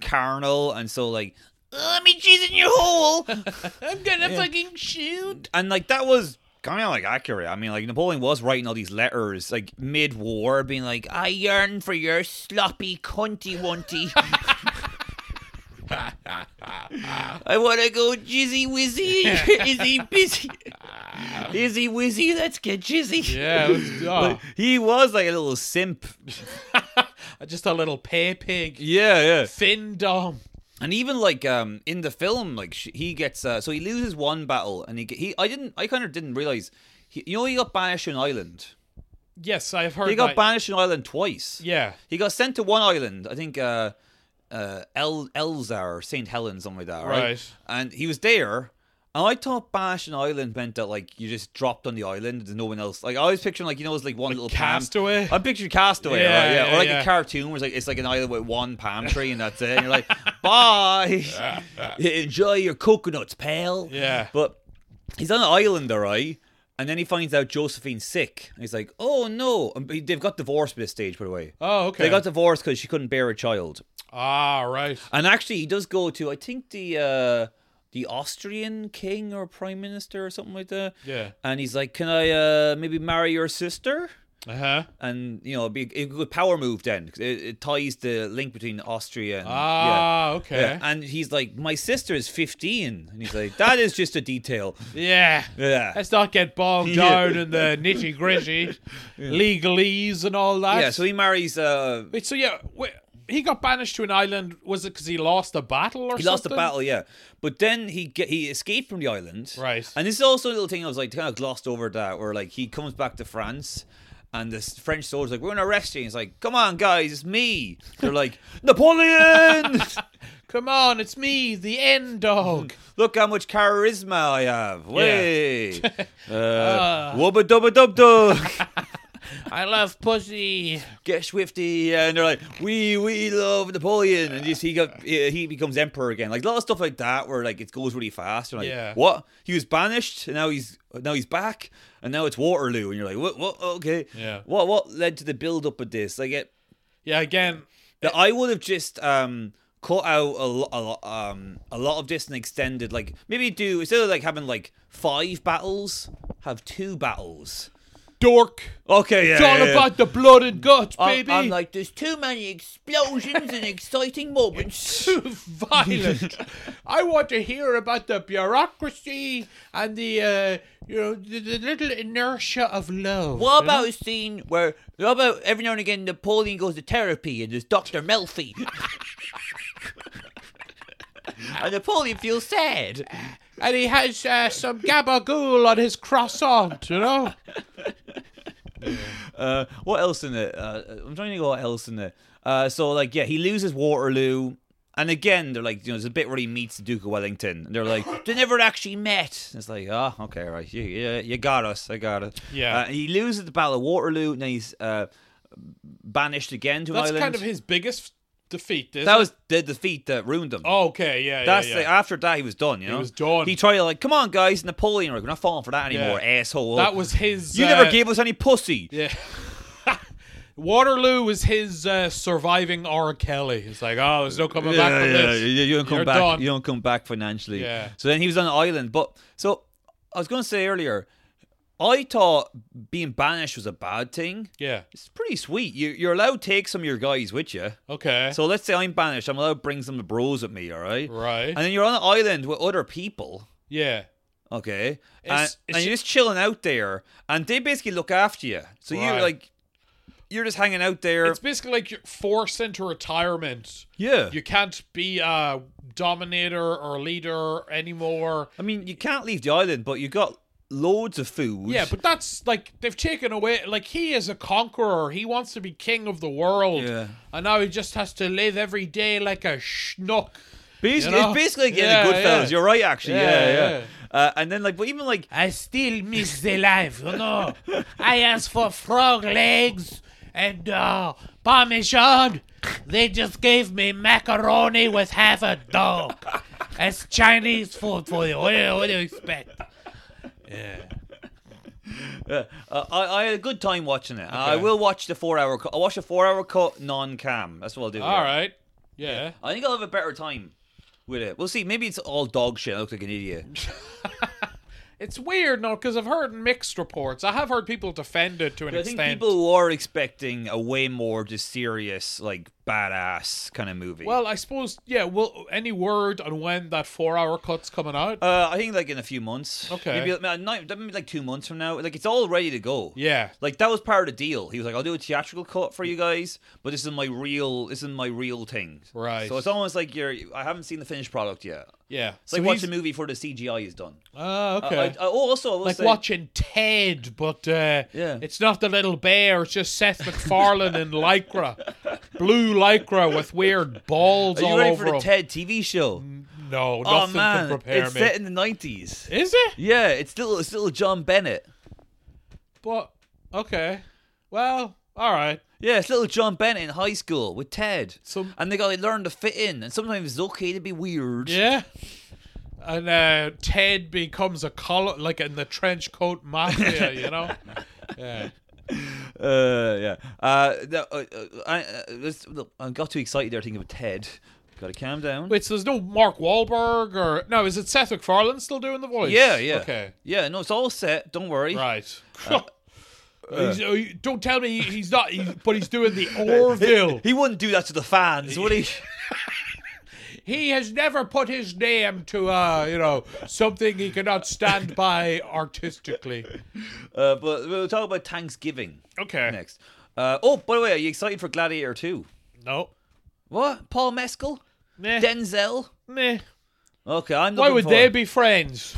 Speaker 2: carnal and so like let me cheese in your hole.
Speaker 3: I'm gonna fucking shoot.
Speaker 2: and like that was kind of like accurate. I mean, like Napoleon was writing all these letters like mid-war, being like, "I yearn for your sloppy cunty wunty." I want to go jizzy wizzy. Is he busy? Is he wizzy? Let's get jizzy.
Speaker 1: yeah, it was- oh,
Speaker 2: Like, he was like a little simp.
Speaker 1: just a little pay pig,
Speaker 2: Yeah, yeah.
Speaker 1: thin dom.
Speaker 2: And even like um in the film, like sh- he gets uh, so he loses one battle, and he g- he I didn't I kind of didn't realize he, you know he got banished to an island.
Speaker 1: Yes, I've heard.
Speaker 2: He got
Speaker 1: that.
Speaker 2: banished to an island twice.
Speaker 1: Yeah,
Speaker 2: He got sent to one island, I think uh uh El Elzar or Saint Helens, something like that, right?
Speaker 1: Right.
Speaker 2: And he was there. And I thought banished to an island meant that like you just dropped on the island and no one else like I always picturing like you know it's like one little palm-
Speaker 1: Castaway?
Speaker 2: I'm picturing castaway,
Speaker 1: Yeah,
Speaker 2: right? Yeah.
Speaker 1: yeah,
Speaker 2: or like
Speaker 1: yeah.
Speaker 2: a cartoon where it's like it's like an island with one palm tree and that's it. And you're like, Bye Enjoy your coconuts, pal.
Speaker 1: Yeah.
Speaker 2: But he's on an island, all right? And then he finds out Josephine's sick. And he's like, oh no. And he- they've got divorced by this stage, by the way.
Speaker 1: Oh, okay.
Speaker 2: They got divorced because she couldn't bear a child.
Speaker 1: ah, right.
Speaker 2: And actually, he does go to, I think, the uh, the Austrian king or prime minister or something like that.
Speaker 1: Yeah.
Speaker 2: And he's like, can I uh, maybe marry your sister?
Speaker 1: Uh huh.
Speaker 2: and you know, it'd be a good power move then 'cause it, it ties the link between Austria and yeah.
Speaker 1: Ah, okay.
Speaker 2: Yeah, and he's like, my sister is 15, and he's like, that is just a detail.
Speaker 1: Yeah.
Speaker 2: Yeah.
Speaker 1: Let's not get bogged
Speaker 2: Yeah.
Speaker 1: down in the nitty gritty legalese and all that.
Speaker 2: Yeah, so he marries. Uh,
Speaker 1: Wait, so yeah, wait, he got banished to an island. Was it because he lost a battle or
Speaker 2: he
Speaker 1: something?
Speaker 2: lost the battle, yeah, but then he get, he escaped from the island.
Speaker 1: Right.
Speaker 2: And this is also a little thing I was like kind of glossed over that, where like he comes back to France. And the s- French soldier's like, we're going to arrest you. And he's like, come on, guys, it's me. They're like, Napoleon!
Speaker 1: Come on, it's me, the end dog.
Speaker 2: Look how much charisma I have. Way.
Speaker 1: Ah.
Speaker 2: uh, Wubba dubba dub dub.
Speaker 3: I love pussy.
Speaker 2: Get swifty. And they're like, we, we love Napoleon. And just, he got he he becomes emperor again. Like a lot of stuff like that where like it goes really fast. You're like,
Speaker 1: Yeah.
Speaker 2: what? He was banished and now he's now he's back and now it's Waterloo. And you're like, what, what, okay.
Speaker 1: Yeah.
Speaker 2: What, what led to the build up of this? Like it,
Speaker 1: Yeah, again,
Speaker 2: that I would have just um cut out a lot, a lot, um, a lot of this and extended like maybe do instead of like having like five battles, have two battles.
Speaker 1: dork.
Speaker 2: Okay, yeah,
Speaker 1: It's all
Speaker 2: yeah, yeah.
Speaker 1: about the blood and guts,
Speaker 2: I'm,
Speaker 1: baby.
Speaker 2: I'm like, there's too many explosions and exciting moments.
Speaker 1: too violent. I want to hear about the bureaucracy and the uh, you know the, the little inertia of love.
Speaker 2: What about a scene where, what about every now and again Napoleon goes to therapy and there's Dr. Melfi? and Napoleon feels sad.
Speaker 1: And he has uh, some gabagool on his croissant, you know.
Speaker 2: Uh, what else in it? Uh, I'm trying to think of what else in it. Uh, so like, yeah, he loses Waterloo, and again, they're like, you know, there's a bit where he meets the Duke of Wellington, and they're like, they never actually met. And it's like, oh, okay, right, you, you, you got us, I got it.
Speaker 1: Yeah.
Speaker 2: Uh, he loses the Battle of Waterloo, and then he's uh, banished again to an
Speaker 1: That's
Speaker 2: island.
Speaker 1: kind of his biggest defeat. Isn't
Speaker 2: that
Speaker 1: it?
Speaker 2: was the defeat that ruined him.
Speaker 1: Oh, okay, yeah, yeah,
Speaker 2: That's
Speaker 1: yeah.
Speaker 2: the, after that he was done. You know,
Speaker 1: was done.
Speaker 2: He tried to like, come on, guys, Napoleon, like, we're not falling for that anymore, asshole.
Speaker 1: that was his.
Speaker 2: you
Speaker 1: uh,
Speaker 2: never gave us any pussy.
Speaker 1: Yeah. Waterloo was his uh, surviving R. Kelly. It's like, oh, there's no coming back from this.
Speaker 2: You, you don't come
Speaker 1: You're
Speaker 2: back.
Speaker 1: done.
Speaker 2: You don't come back financially.
Speaker 1: Yeah.
Speaker 2: So then he was on an island. But so I was going to say earlier, I thought being banished was a bad thing.
Speaker 1: Yeah.
Speaker 2: It's pretty sweet. You, you're allowed to take some of your guys with you.
Speaker 1: Okay.
Speaker 2: So let's say I'm banished. I'm allowed to bring some of the bros with me. All right.
Speaker 1: right.
Speaker 2: And then you're on an island with other people.
Speaker 1: yeah.
Speaker 2: Okay.
Speaker 1: It's-
Speaker 2: and
Speaker 1: it's
Speaker 2: and you're just chilling out there, and they basically look after you. So you're
Speaker 1: Right.
Speaker 2: like, you're just hanging out there.
Speaker 1: It's basically like you're forced into retirement.
Speaker 2: yeah.
Speaker 1: You can't be a dominator or leader anymore.
Speaker 2: I mean, you can't leave the island, but you got loads of food.
Speaker 1: Yeah, but that's like they've taken away. Like he is a conqueror. He wants to be king of the world.
Speaker 2: Yeah.
Speaker 1: And now he just has to live every day like a schnook.
Speaker 2: Basically,
Speaker 1: You know?
Speaker 2: it's basically like yeah,
Speaker 1: Yeah,
Speaker 2: good fellas.
Speaker 1: yeah.
Speaker 2: You're right, actually. Yeah,
Speaker 1: Yeah,
Speaker 2: yeah.
Speaker 1: yeah.
Speaker 2: Uh, and then like, but even like,
Speaker 3: I still miss the life, you know. I asked for frog legs and uh, parmesan. They just gave me macaroni with half a dog. That's Chinese food for you. What do you, what do you expect?
Speaker 2: uh, I, I had a good time watching it. I will watch the four hour. Cut. I'll watch a four hour cut non-cam. That's what I'll do.
Speaker 1: All right. Yeah.
Speaker 2: I think I'll have a better time with it. We'll see. Maybe it's all dog shit. I look like an idiot.
Speaker 1: It's weird, no, because I've heard mixed reports. I have heard people defend it to an
Speaker 2: But I think
Speaker 1: extent.
Speaker 2: people who are expecting a way more just serious, like badass kind of movie.
Speaker 1: Well, I suppose, yeah. Well, any word on when that four-hour cut's coming out?
Speaker 2: uh, I think like in a few months.
Speaker 1: Okay.
Speaker 2: Maybe, like, not, maybe like two months from now. Like it's all ready to go.
Speaker 1: yeah,
Speaker 2: Like that was part of the deal. He was like, "I'll do a theatrical cut for you guys, but this is my real, this is my real thing."
Speaker 1: Right.
Speaker 2: So it's almost like you're. I haven't seen the finished product yet.
Speaker 1: yeah.
Speaker 2: It's like
Speaker 1: so
Speaker 2: watching a
Speaker 1: he's-
Speaker 2: movie before the CGI is done.
Speaker 1: Ah,
Speaker 2: I-
Speaker 1: okay.
Speaker 2: I, I- oh, also, I will
Speaker 1: like
Speaker 2: say,
Speaker 1: watching Ted, but uh,
Speaker 2: Yeah.
Speaker 1: it's not the little bear. It's just Seth MacFarlane in lycra, blue lycra with weird balls
Speaker 2: Are you
Speaker 1: all
Speaker 2: ready
Speaker 1: over
Speaker 2: for the
Speaker 1: him.
Speaker 2: TED TV show?
Speaker 1: no,
Speaker 2: oh
Speaker 1: nothing
Speaker 2: man,
Speaker 1: can prepare
Speaker 2: it's
Speaker 1: me.
Speaker 2: set in the nineties.
Speaker 1: Is it?
Speaker 2: Yeah, it's still it's still John Bennett.
Speaker 1: But okay. Well, all right.
Speaker 2: Yeah, it's little John Bennett in high school with Ted.
Speaker 1: So-
Speaker 2: and they got to learn to fit in, and sometimes it's okay to be weird.
Speaker 1: Yeah. And uh, Ted becomes a color like in the trench coat mafia, you know. Yeah.
Speaker 2: Uh, yeah. Uh, no, uh, uh, I, uh, let's- look, I got too excited there thinking of Ted. Got to calm down.
Speaker 1: Wait, so there's no Mark Wahlberg or no? Is it Seth MacFarlane still doing the voice?
Speaker 2: Yeah, yeah.
Speaker 1: Okay,
Speaker 2: Yeah, no, it's all set. Don't worry.
Speaker 1: right. He's- oh, he- don't tell me he- he's not, he's, but he's doing the Orville.
Speaker 2: He wouldn't do that to the fans, would he?
Speaker 1: He has never put his name to, uh, you know, something he cannot stand by artistically.
Speaker 2: Uh, but we'll talk about Thanksgiving
Speaker 1: Okay.
Speaker 2: next. Uh, oh, by the way, are you excited for Gladiator 2?
Speaker 1: No.
Speaker 2: What? Paul Mescal?
Speaker 1: Meh.
Speaker 2: Denzel?
Speaker 1: Meh.
Speaker 2: Okay, I'm
Speaker 1: Why
Speaker 2: looking
Speaker 1: would
Speaker 2: for-
Speaker 1: they be friends?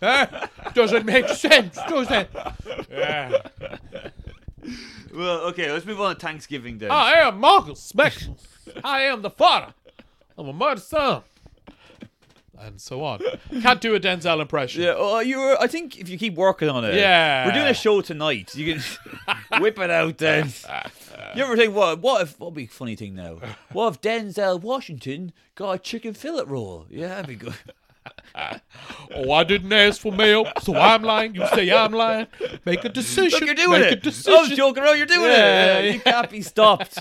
Speaker 1: huh? Doesn't make sense, does it? Yeah.
Speaker 2: Well, okay, let's move on to Thanksgiving then.
Speaker 1: I am Marcus Smith. I am the father of a murdered son. And so on. Can't do a Denzel impression.
Speaker 2: Yeah, oh, you were. I think if you keep working on it,
Speaker 1: Yeah.
Speaker 2: we're doing a show tonight. You can whip it out then. You ever think what? What if? What'd be a funny thing now? What if Denzel Washington got a chicken fillet roll? Yeah, that'd be good.
Speaker 1: Oh, I didn't ask for mail, so I'm lying. You say I'm lying. Make a decision.
Speaker 2: Look, you're doing
Speaker 1: Make
Speaker 2: it.
Speaker 1: a decision.
Speaker 2: I was joking around. You're
Speaker 1: Yeah,
Speaker 2: doing it. Yeah,
Speaker 1: yeah.
Speaker 2: You can't be stopped.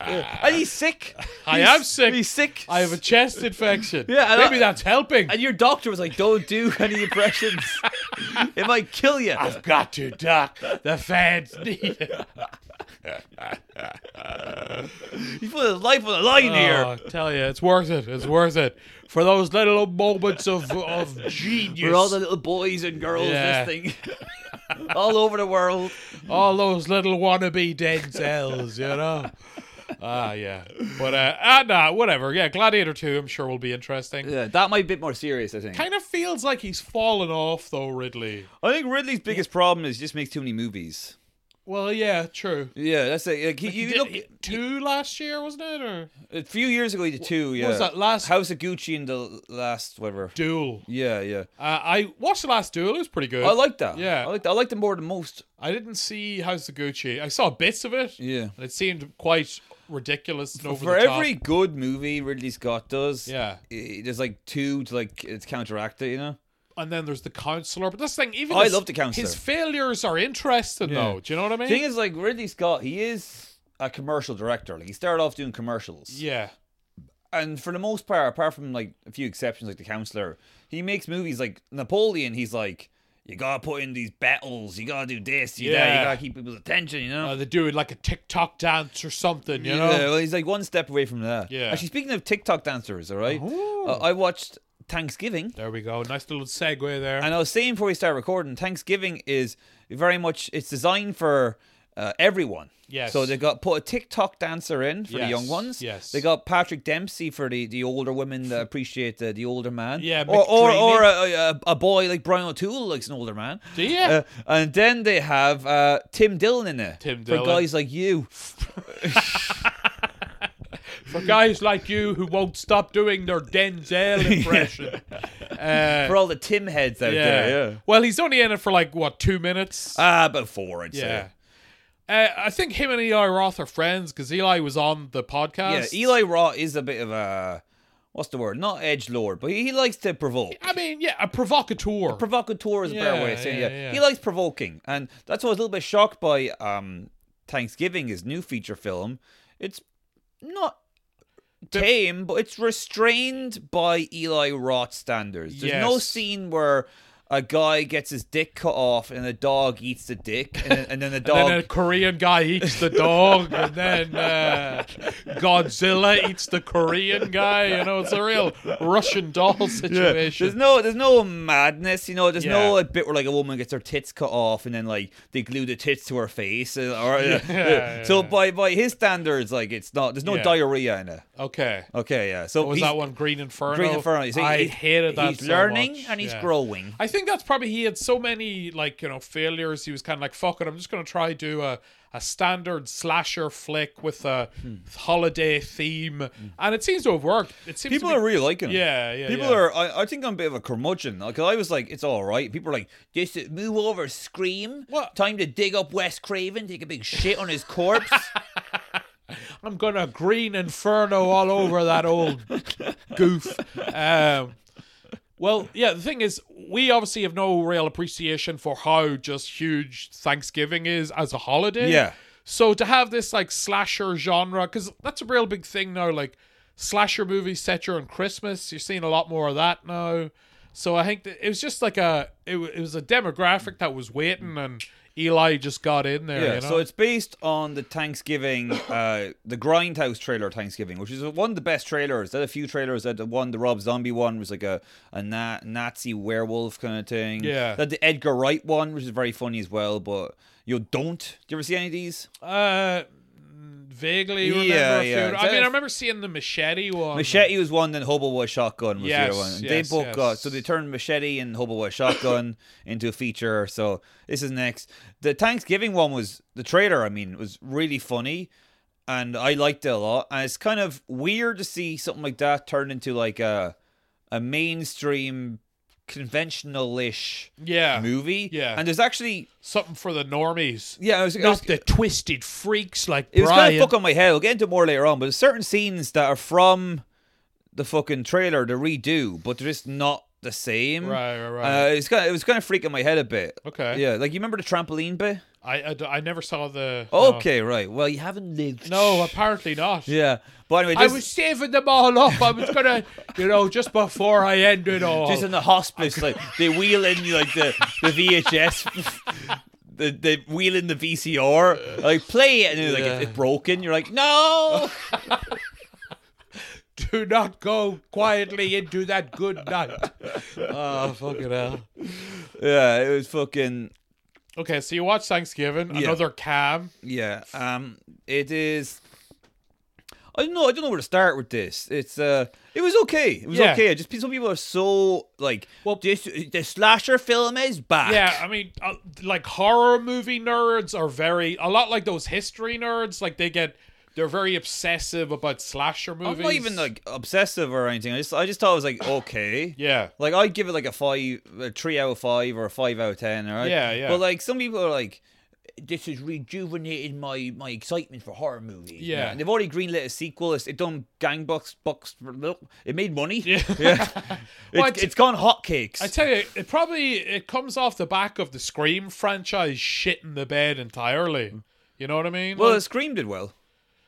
Speaker 2: Yeah. And he's sick.
Speaker 1: I
Speaker 2: He's-
Speaker 1: am sick.
Speaker 2: He's sick.
Speaker 1: I have a chest infection.
Speaker 2: Yeah, and I-
Speaker 1: Maybe that's helping.
Speaker 2: And your doctor was like, "Don't do any impressions. it might kill you."
Speaker 1: I've got to, Doc. The fans need it.
Speaker 2: He's put his life on the line
Speaker 1: Oh,
Speaker 2: here.
Speaker 1: I tell you, it's worth it. It's worth it for those little moments of of genius.
Speaker 2: For all the little boys and girls,
Speaker 1: Yeah.
Speaker 2: this thing, all over the world.
Speaker 1: all those little wannabe Denzels, you know. Ah, yeah. But uh, ah, nah, whatever. Yeah, Gladiator Two, I'm sure will be interesting.
Speaker 2: Yeah, that might be a bit more serious, I think.
Speaker 1: Kind of feels like he's fallen off though, Ridley.
Speaker 2: I think Ridley's biggest problem is he just makes too many movies.
Speaker 1: Well, yeah, true.
Speaker 2: Yeah, that's it. Like, he, you
Speaker 1: Did-
Speaker 2: look
Speaker 1: two last year, wasn't it? Or
Speaker 2: a few years ago he did two. Yeah,
Speaker 1: was that last-
Speaker 2: House of Gucci and the last whatever.
Speaker 1: Duel.
Speaker 2: Yeah, yeah.
Speaker 1: Uh, I watched the last Duel. It was pretty good.
Speaker 2: I like that.
Speaker 1: Yeah.
Speaker 2: I like that. I like them more than most.
Speaker 1: I didn't see House of Gucci. I saw bits of it.
Speaker 2: Yeah.
Speaker 1: And it seemed quite ridiculous and over
Speaker 2: For
Speaker 1: the top.
Speaker 2: every good movie Ridley Scott does,
Speaker 1: Yeah.
Speaker 2: i- there's like two to like it's counteract it. You know,
Speaker 1: and then there's the counselor. But this thing, even
Speaker 2: I
Speaker 1: his,
Speaker 2: love the counselor.
Speaker 1: His failures are interesting, though. Do you know what I mean?
Speaker 2: thing is like Ridley Scott, he is a commercial director. Like he started off doing commercials.
Speaker 1: yeah,
Speaker 2: and for the most part, apart from like a few exceptions like the counselor, he makes movies like Napoleon. He's like, you gotta put in these battles, you gotta do this, you, that,
Speaker 1: Yeah.
Speaker 2: you gotta keep people's attention, you know.
Speaker 1: uh, they do it like a TikTok dance or something. You know,
Speaker 2: Yeah, well, he's like one step away from that.
Speaker 1: Yeah. Oh.
Speaker 2: Actually, speaking of TikTok dancers, all right,
Speaker 1: Ooh.
Speaker 2: uh, I watched Thanksgiving,
Speaker 1: there we go. Nice little segue there.
Speaker 2: and I was saying before we start recording, Thanksgiving is very much it's designed for. Uh, everyone.
Speaker 1: Yes.
Speaker 2: So they got put a TikTok dancer in for the young
Speaker 1: Yes,
Speaker 2: ones.
Speaker 1: yes.
Speaker 2: They got Patrick Dempsey for the, the older women that appreciate the, the older man.
Speaker 1: Yeah,
Speaker 2: Or or,
Speaker 1: McDreamy.
Speaker 2: or a, a, a boy like Brian O'Toole likes an older man.
Speaker 1: do you?
Speaker 2: Uh, and then they have uh, Tim Dillon in it.
Speaker 1: Tim
Speaker 2: For
Speaker 1: Dillon.
Speaker 2: guys like you.
Speaker 1: For guys like you who won't stop doing their Denzel impression. Uh,
Speaker 2: For all the Tim heads out there. Yeah.
Speaker 1: Well, he's only in it for like what two minutes.
Speaker 2: Ah, about four, I'd
Speaker 1: yeah. Uh, I think him and Eli Roth are friends because Eli was on the podcast.
Speaker 2: say. Yeah. Eli Roth is a bit of a. What's the word? Not edge lord, but he, he likes to provoke.
Speaker 1: I mean, yeah, a provocateur.
Speaker 2: provocateur is a better
Speaker 1: Yeah,
Speaker 2: way of saying
Speaker 1: yeah,
Speaker 2: it. yeah.
Speaker 1: yeah.
Speaker 2: He likes provoking, and that's why I was a little bit shocked by um, Thanksgiving, his new feature film. It's not tame, but it's restrained by Eli Roth standards. There's no
Speaker 1: Yes.
Speaker 2: scene where a guy gets his dick cut off and a dog eats the dick, and then, and then the dog.
Speaker 1: Then a Korean guy eats the dog, and then uh, Godzilla eats the Korean guy. You know, it's a real Russian doll
Speaker 2: There's
Speaker 1: situation.
Speaker 2: no, there's no madness, you know. There's no
Speaker 1: Yeah.
Speaker 2: like, bit where like a woman gets her tits cut off and then like they glue the tits to her face, uh, or yeah,
Speaker 1: yeah,
Speaker 2: so
Speaker 1: yeah.
Speaker 2: by by his standards, like it's not. There's no
Speaker 1: Yeah.
Speaker 2: diarrhea in it.
Speaker 1: Okay.
Speaker 2: Okay, yeah. So
Speaker 1: What was
Speaker 2: he's-
Speaker 1: that one? Green Inferno.
Speaker 2: Green Inferno. he's-
Speaker 1: I
Speaker 2: he-
Speaker 1: hated that.
Speaker 2: He's
Speaker 1: so
Speaker 2: learning
Speaker 1: much.
Speaker 2: and he's
Speaker 1: Yeah.
Speaker 2: growing.
Speaker 1: I think that's probably he had so many like you know failures. He was kind of like, "Fuck it, I'm just gonna try do a a standard slasher flick with a
Speaker 2: Hmm.
Speaker 1: holiday theme," and it seems to have worked. It seems to
Speaker 2: People
Speaker 1: be-
Speaker 2: are really liking him.
Speaker 1: yeah, yeah.
Speaker 2: People
Speaker 1: yeah.
Speaker 2: are. I, I think I'm a bit of a curmudgeon. Like I was like, it's all right. People are like, just move over, scream.
Speaker 1: What?
Speaker 2: Time to dig up Wes Craven, take a big shit on his corpse.
Speaker 1: I'm gonna green inferno all over that old goof. Um, well, yeah, the thing is, we obviously have no real appreciation for how just huge Thanksgiving is as a holiday.
Speaker 2: Yeah.
Speaker 1: So to have this like slasher genre, because that's a real big thing now, like slasher movies set during Christmas. You're seeing a lot more of that now. So I think that it was just like a it, wa- it was a demographic that was waiting, and Eli just got in there.
Speaker 2: Yeah,
Speaker 1: you know?
Speaker 2: so it's based on the Thanksgiving, uh, the Grindhouse trailer Thanksgiving, which is one of the best trailers. There are a few trailers that the one, the Rob Zombie one, was like a, a na- Nazi werewolf kind of thing.
Speaker 1: Yeah.
Speaker 2: That the Edgar Wright one, which is very funny as well, but you don't. Do you ever see any of these?
Speaker 1: uh, vaguely remember
Speaker 2: Yeah,
Speaker 1: a few.
Speaker 2: yeah.
Speaker 1: I mean, I remember seeing the machete one.
Speaker 2: Machete was one, then Hobo was Shotgun was
Speaker 1: Yes,
Speaker 2: the other one. And
Speaker 1: yes,
Speaker 2: they both
Speaker 1: yes.
Speaker 2: got so they turned Machete and Hobo was Shotgun into a feature. So this is next. The Thanksgiving one was the trailer. I mean, was really funny, and I liked it a lot. And it's kind of weird to see something like that turn into like a a mainstream conventional-ish
Speaker 1: Yeah,
Speaker 2: movie.
Speaker 1: yeah.
Speaker 2: and there's actually
Speaker 1: something for the normies,
Speaker 2: yeah, it was, it was-
Speaker 4: Not the twisted freaks like
Speaker 2: It was kind
Speaker 4: Brian.
Speaker 2: of fucking my head. We'll get into more later on, but there's certain scenes that are from the fucking trailer to redo, but they're just not the same.
Speaker 1: Right, right, right.
Speaker 2: Uh, it's kind of, it was kind of freaking my head a bit.
Speaker 1: Okay.
Speaker 2: Yeah, like you remember the trampoline bit?
Speaker 1: I, I d- I never saw the. no.
Speaker 2: Okay, right. Well, you haven't lived.
Speaker 1: Oh. No, apparently not.
Speaker 2: Yeah. But anyway,
Speaker 1: I
Speaker 2: just,
Speaker 1: was saving them all up. I was gonna, you know, just before I ended oh, all.
Speaker 2: just in the hospice, like they wheel in like the the VHS. The, they wheel in the VCR, like play it, and they're like
Speaker 1: Yeah.
Speaker 2: it's broken. You're like, no,
Speaker 1: Do not go quietly into that good night.
Speaker 2: Ah,
Speaker 1: Oh, fucking hell.
Speaker 2: yeah, it was fucking
Speaker 1: Okay, so you watch Thanksgiving, another cam.
Speaker 2: Yeah. Um. It is. I don't know. I don't know where to start with this. It's uh. It was okay. It was
Speaker 1: Yeah.
Speaker 2: okay. I just some people are so like. Well, this the slasher film is back.
Speaker 1: Yeah, I mean, uh, like horror movie nerds are very a lot like those history nerds. Like they get, they're very obsessive about slasher movies.
Speaker 2: I'm not even like obsessive or anything. I just I just thought it was like okay.
Speaker 1: Yeah,
Speaker 2: Like I'd give it like a five, a three out of five, or a five out of ten. All right.
Speaker 1: Yeah, yeah.
Speaker 2: But like some people are like,
Speaker 5: This has rejuvenated my, my excitement for horror movies.
Speaker 1: yeah.
Speaker 2: and they've already greenlit a sequel. It's, it done gangbucks, bucks. It made money.
Speaker 1: Yeah. Well,
Speaker 2: It's,
Speaker 1: I t-
Speaker 2: it's gone hotcakes.
Speaker 1: I tell you, it probably it comes off the back of the Scream franchise shitting the bed entirely. You know what I mean?
Speaker 2: Well,
Speaker 1: Like-
Speaker 2: Scream did well.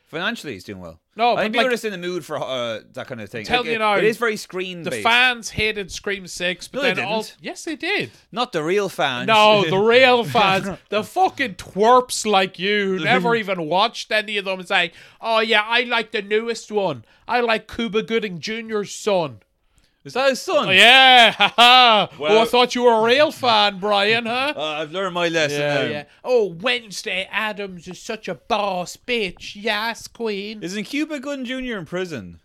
Speaker 2: Financially, it's doing well.
Speaker 1: No,
Speaker 2: I
Speaker 1: but
Speaker 2: think
Speaker 1: like-
Speaker 2: people are just in the mood for uh, that kind of thing.
Speaker 1: Tell
Speaker 2: Like,
Speaker 1: me
Speaker 2: it-
Speaker 1: now,
Speaker 2: it is very screen
Speaker 1: the
Speaker 2: based.
Speaker 1: fans hated Scream Six, but
Speaker 2: No, they
Speaker 1: then all
Speaker 2: didn't.
Speaker 1: yes, they did.
Speaker 2: Not the real fans.
Speaker 1: No, the real fans, the fucking twerps like you, who never even watched any of them, saying, "Oh yeah, I like the newest one. I like Cuba Gooding Jr.'s son."
Speaker 2: is that his son?
Speaker 1: Oh, yeah, haha. oh, I
Speaker 2: Well-
Speaker 1: thought you were a real fan, Brian, huh?
Speaker 2: Uh, I've learned my lesson.
Speaker 1: Yeah,
Speaker 2: now.
Speaker 1: yeah.
Speaker 4: Oh, Wednesday Adams is such a boss bitch. Yes, queen.
Speaker 2: Isn't Cuba Gooding Jr. in prison?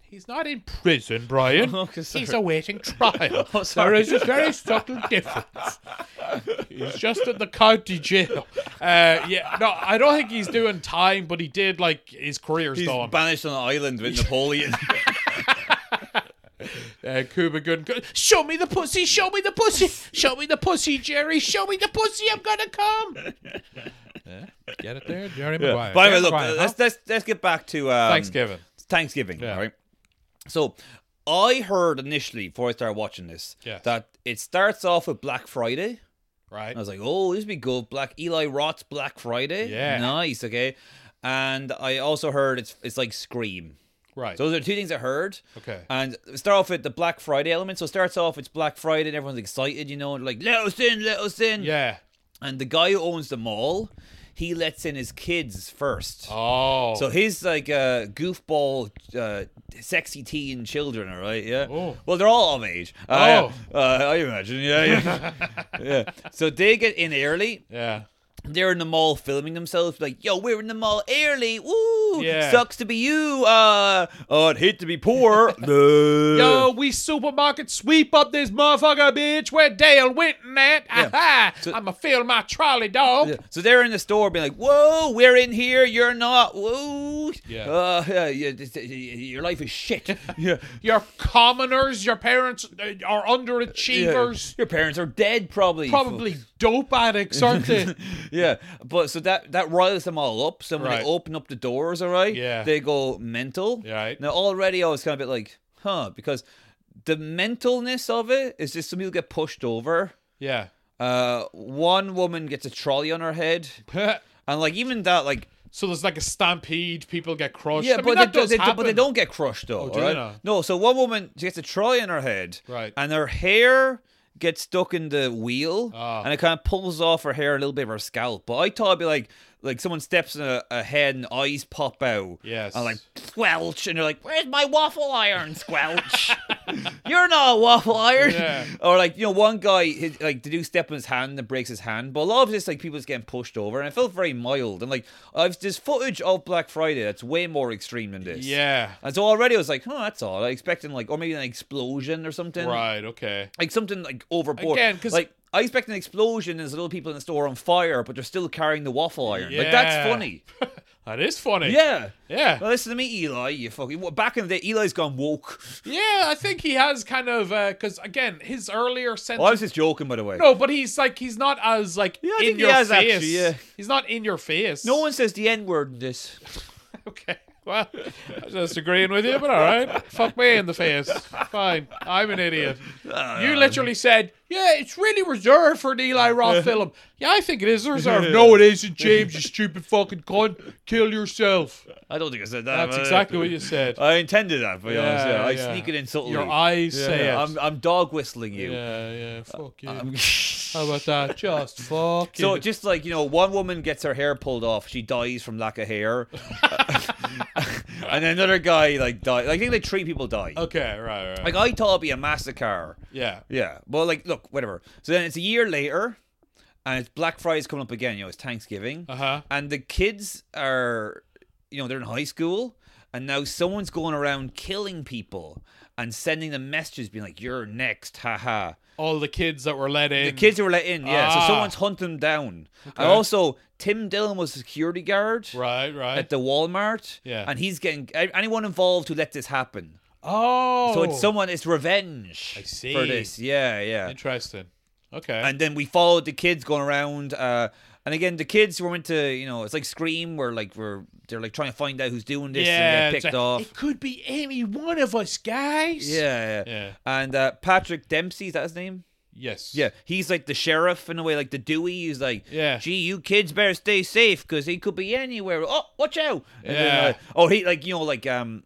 Speaker 1: He's not in prison, Brian.
Speaker 2: Okay, sorry.
Speaker 1: He's oh, awaiting trial. there
Speaker 2: sorry.
Speaker 1: is a very subtle difference. he's just at the county jail. Uh, yeah, no, I don't think he's doing time, but he did like his career's
Speaker 2: He's
Speaker 1: done.
Speaker 2: banished on an island with Napoleon.
Speaker 1: uh, Cuba Gooding, Go- show me the pussy, show me the pussy, show me the pussy, Jerry, show me the pussy. I'm gonna come. Uh, Get it there, Jerry Maguire.
Speaker 2: By the way,
Speaker 1: Jerry
Speaker 2: look,
Speaker 1: Maguire,
Speaker 2: let's, let's let's get back to um,
Speaker 1: huh? Thanksgiving.
Speaker 2: Thanksgiving,
Speaker 1: Yeah.
Speaker 2: all right? So I heard initially before I started watching this
Speaker 1: Yeah.
Speaker 2: that it starts off with Black Friday.
Speaker 1: Right.
Speaker 2: I was like, oh, this would be good. Black Eli Roth's Black Friday.
Speaker 1: Yeah.
Speaker 2: Nice, okay. And I also heard it's it's like Scream.
Speaker 1: Right.
Speaker 2: So those are two things I heard.
Speaker 1: Okay.
Speaker 2: And start off with the Black Friday element. So it starts off it's Black Friday and everyone's excited, you know, and like, let us in, let us in.
Speaker 1: yeah.
Speaker 2: And the guy who owns the mall, he lets in his kids first.
Speaker 1: Oh.
Speaker 2: So his like uh, goofball, uh, sexy teen children, all right, yeah.
Speaker 1: Oh.
Speaker 2: Well, they're all of age. Uh, yeah. uh, I imagine, yeah, yeah. yeah. So they get in early.
Speaker 1: yeah.
Speaker 2: They're in the mall filming themselves, like, "Yo, we're in the mall early. Woo,
Speaker 1: Yeah.
Speaker 2: sucks to be you. Uh, oh, I'd hate to be poor.
Speaker 1: Yo,
Speaker 2: Yo,
Speaker 1: we supermarket sweep up this motherfucker, bitch. Where Dale Winton at? Aha! I'ma fill my trolley, dog.
Speaker 2: So they're in the store being like, "Whoa, we're in here. You're not. Whoa.
Speaker 1: Yeah.
Speaker 2: Uh, yeah, yeah, this- uh, your life is shit. yeah.
Speaker 1: You're commoners. Your parents uh, are underachievers.
Speaker 2: Your parents are dead, probably.
Speaker 1: Probably dope addicts, aren't they?
Speaker 2: yeah, but so that that riles them all up. So when
Speaker 1: Right.
Speaker 2: they open up the doors, all right,
Speaker 1: Yeah.
Speaker 2: they go mental.
Speaker 1: Right.
Speaker 2: Now already I was kind of a bit like, huh, because the mentalness of it is just some people get pushed over.
Speaker 1: yeah.
Speaker 2: Uh, one woman gets a trolley on her head, and like even that, like
Speaker 1: so there's like a stampede. People get crushed.
Speaker 2: yeah,
Speaker 1: I mean,
Speaker 2: but,
Speaker 1: that
Speaker 2: they, do-
Speaker 1: does
Speaker 2: they, do- but they
Speaker 1: happen. Oh,
Speaker 2: don't get crushed though.
Speaker 1: do
Speaker 2: all
Speaker 1: they
Speaker 2: right?
Speaker 1: not?
Speaker 2: No, so one woman she gets a trolley on her head,
Speaker 1: Right.
Speaker 2: and her hair gets stuck in the wheel
Speaker 1: Ah.
Speaker 2: and it kind of pulls off her hair a little bit of her scalp. But I thought it'd be like like someone steps in a, a head and eyes pop out.
Speaker 1: Yes.
Speaker 2: And like squelch and you're like, Where's my waffle iron, squelch? you're not a waffle iron.
Speaker 1: Yeah.
Speaker 2: Or like, you know, one guy his, like they do step on his hand and breaks his hand. But a lot of this like people just getting pushed over and it felt very mild. And like I've there's footage of Black Friday that's way more extreme than this.
Speaker 1: Yeah.
Speaker 2: And so already I was like, huh, that's all. I expecting like, or maybe an explosion or something,
Speaker 1: Right. Okay.
Speaker 2: like something like overboard.
Speaker 1: Again, 'cause-
Speaker 2: like I expect an explosion. and There's little people in the store on fire, but they're still carrying the waffle iron. Like that's
Speaker 1: Yeah.
Speaker 2: funny.
Speaker 1: That is funny.
Speaker 2: Yeah.
Speaker 1: Yeah.
Speaker 2: Well, listen to me, Eli. You fucking well, back in the day, Eli's gone woke.
Speaker 1: Yeah. I think he has kind of because again his earlier sense.
Speaker 2: Well, I was just joking, by the way.
Speaker 1: no, but he's like he's not as like
Speaker 2: Yeah, I
Speaker 1: in
Speaker 2: think he
Speaker 1: your
Speaker 2: has,
Speaker 1: face.
Speaker 2: actually, yeah.
Speaker 1: He's not in your face.
Speaker 2: No one says the N word in this.
Speaker 1: Okay. Well, I was just agreeing with you, but all right. Fuck me in the face. Fine. I'm an idiot.
Speaker 2: Uh,
Speaker 1: You literally said, yeah, it's really reserved for an Eli Roth film. Yeah, I think it is reserved. no, it isn't, James, you stupid fucking cunt. Kill yourself.
Speaker 2: I don't think I said that.
Speaker 1: That's
Speaker 2: but-
Speaker 1: exactly what you said.
Speaker 2: I intended that, but yeah,
Speaker 1: Yeah,
Speaker 2: yeah. I
Speaker 1: yeah.
Speaker 2: sneak it in subtly.
Speaker 1: Your eyes
Speaker 2: Yeah,
Speaker 1: say it.
Speaker 2: I'm, I'm dog whistling you.
Speaker 1: yeah, yeah, fuck you.
Speaker 2: I'm-
Speaker 1: How about that? Just fuck
Speaker 2: So
Speaker 1: you.
Speaker 2: just like you know, one woman gets her hair pulled off, she dies from lack of hair, and another guy like dies. I think like three people die.
Speaker 1: okay, right, right.
Speaker 2: Like I thought it'd be a massacre.
Speaker 1: yeah.
Speaker 2: Yeah, well, like look, whatever. So then it's a year later, and it's Black Friday's coming up again. You know, it's Thanksgiving,
Speaker 1: Uh-huh.
Speaker 2: and the kids are, you know, they're in high school, and now someone's going around killing people and sending them messages, being like, "You're next, haha."
Speaker 1: All the kids that were let in.
Speaker 2: The kids who were let in, yeah.
Speaker 1: Ah.
Speaker 2: So someone's hunting them down. And also, Tim Dillon was a security guard
Speaker 1: Right, right.
Speaker 2: at the Walmart.
Speaker 1: Yeah.
Speaker 2: And he's getting a- anyone involved who let this happen.
Speaker 1: oh.
Speaker 2: So it's someone, it's revenge
Speaker 1: I see.
Speaker 2: for this. Yeah, yeah.
Speaker 1: Interesting. Okay.
Speaker 2: And then we followed the kids going around. Uh, and again, the kids were into, you know, it's like Scream, where like we're they're like trying to find out who's doing this and get
Speaker 1: it's
Speaker 2: picked
Speaker 1: a-
Speaker 2: off.
Speaker 1: It could be any one of us guys.
Speaker 2: Yeah, yeah.
Speaker 1: Yeah.
Speaker 2: And uh, Patrick Dempsey, is that his name?
Speaker 1: Yes.
Speaker 2: Yeah, he's like the sheriff in a way, like the Dewey. He's like,
Speaker 1: Yeah.
Speaker 2: gee, you kids better stay safe because he could be anywhere. Oh, watch out! And
Speaker 1: Yeah.
Speaker 2: Then, uh, oh, he like you know like um,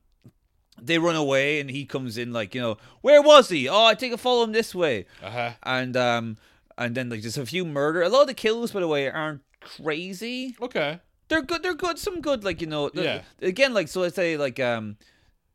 Speaker 2: they run away and he comes in like you know where was he? Oh, I think I follow him this way.
Speaker 1: Uh huh.
Speaker 2: And um, and then like there's a few murder. A lot of the kills, by the way, aren't crazy.
Speaker 1: Okay.
Speaker 2: They're good. They're good. Some good. Like you know. the-
Speaker 1: Yeah.
Speaker 2: Again, like so, let's say like um.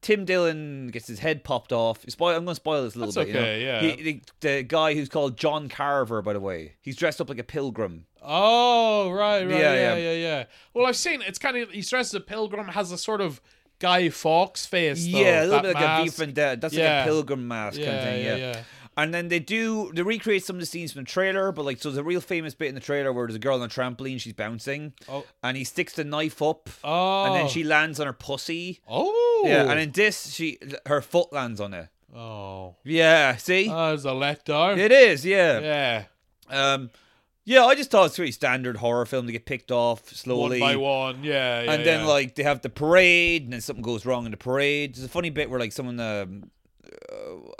Speaker 2: Tim Dillon gets his head popped off. Spoil, I'm going to spoil this a little
Speaker 1: That's
Speaker 2: bit. you know.
Speaker 1: okay, yeah.
Speaker 2: He- the, the guy who's called John Carver, by the way, he's dressed up like a pilgrim.
Speaker 1: Oh right, right, yeah,
Speaker 2: Yeah,
Speaker 1: yeah, yeah,
Speaker 2: yeah.
Speaker 1: yeah. Well, I've seen it's kind of he stresses a pilgrim has a sort of Guy Fawkes face. Though,
Speaker 2: yeah, a little
Speaker 1: that
Speaker 2: bit like a V
Speaker 1: mask.
Speaker 2: Vendetta. That's
Speaker 1: Yeah.
Speaker 2: like a pilgrim mask
Speaker 1: Yeah,
Speaker 2: kind of thing.
Speaker 1: yeah,
Speaker 2: Yeah,
Speaker 1: yeah.
Speaker 2: And then they do they recreate some of the scenes from the trailer, but like so, there's a real famous bit in the trailer where there's a girl on a trampoline, she's bouncing,
Speaker 1: Oh.
Speaker 2: and he sticks the knife up,
Speaker 1: Oh.
Speaker 2: and then she lands on her pussy.
Speaker 1: Oh.
Speaker 2: Yeah, and in this, she her foot lands on it.
Speaker 1: oh.
Speaker 2: Yeah, see,
Speaker 1: That was a letdown.
Speaker 2: it is. Yeah.
Speaker 1: yeah.
Speaker 2: Um, yeah, I just thought it's a pretty standard horror film to get picked off slowly.
Speaker 1: One by one. Yeah. yeah
Speaker 2: and then
Speaker 1: yeah.
Speaker 2: like they have the parade, and then something goes wrong in the parade. There's a funny bit where like someone, um,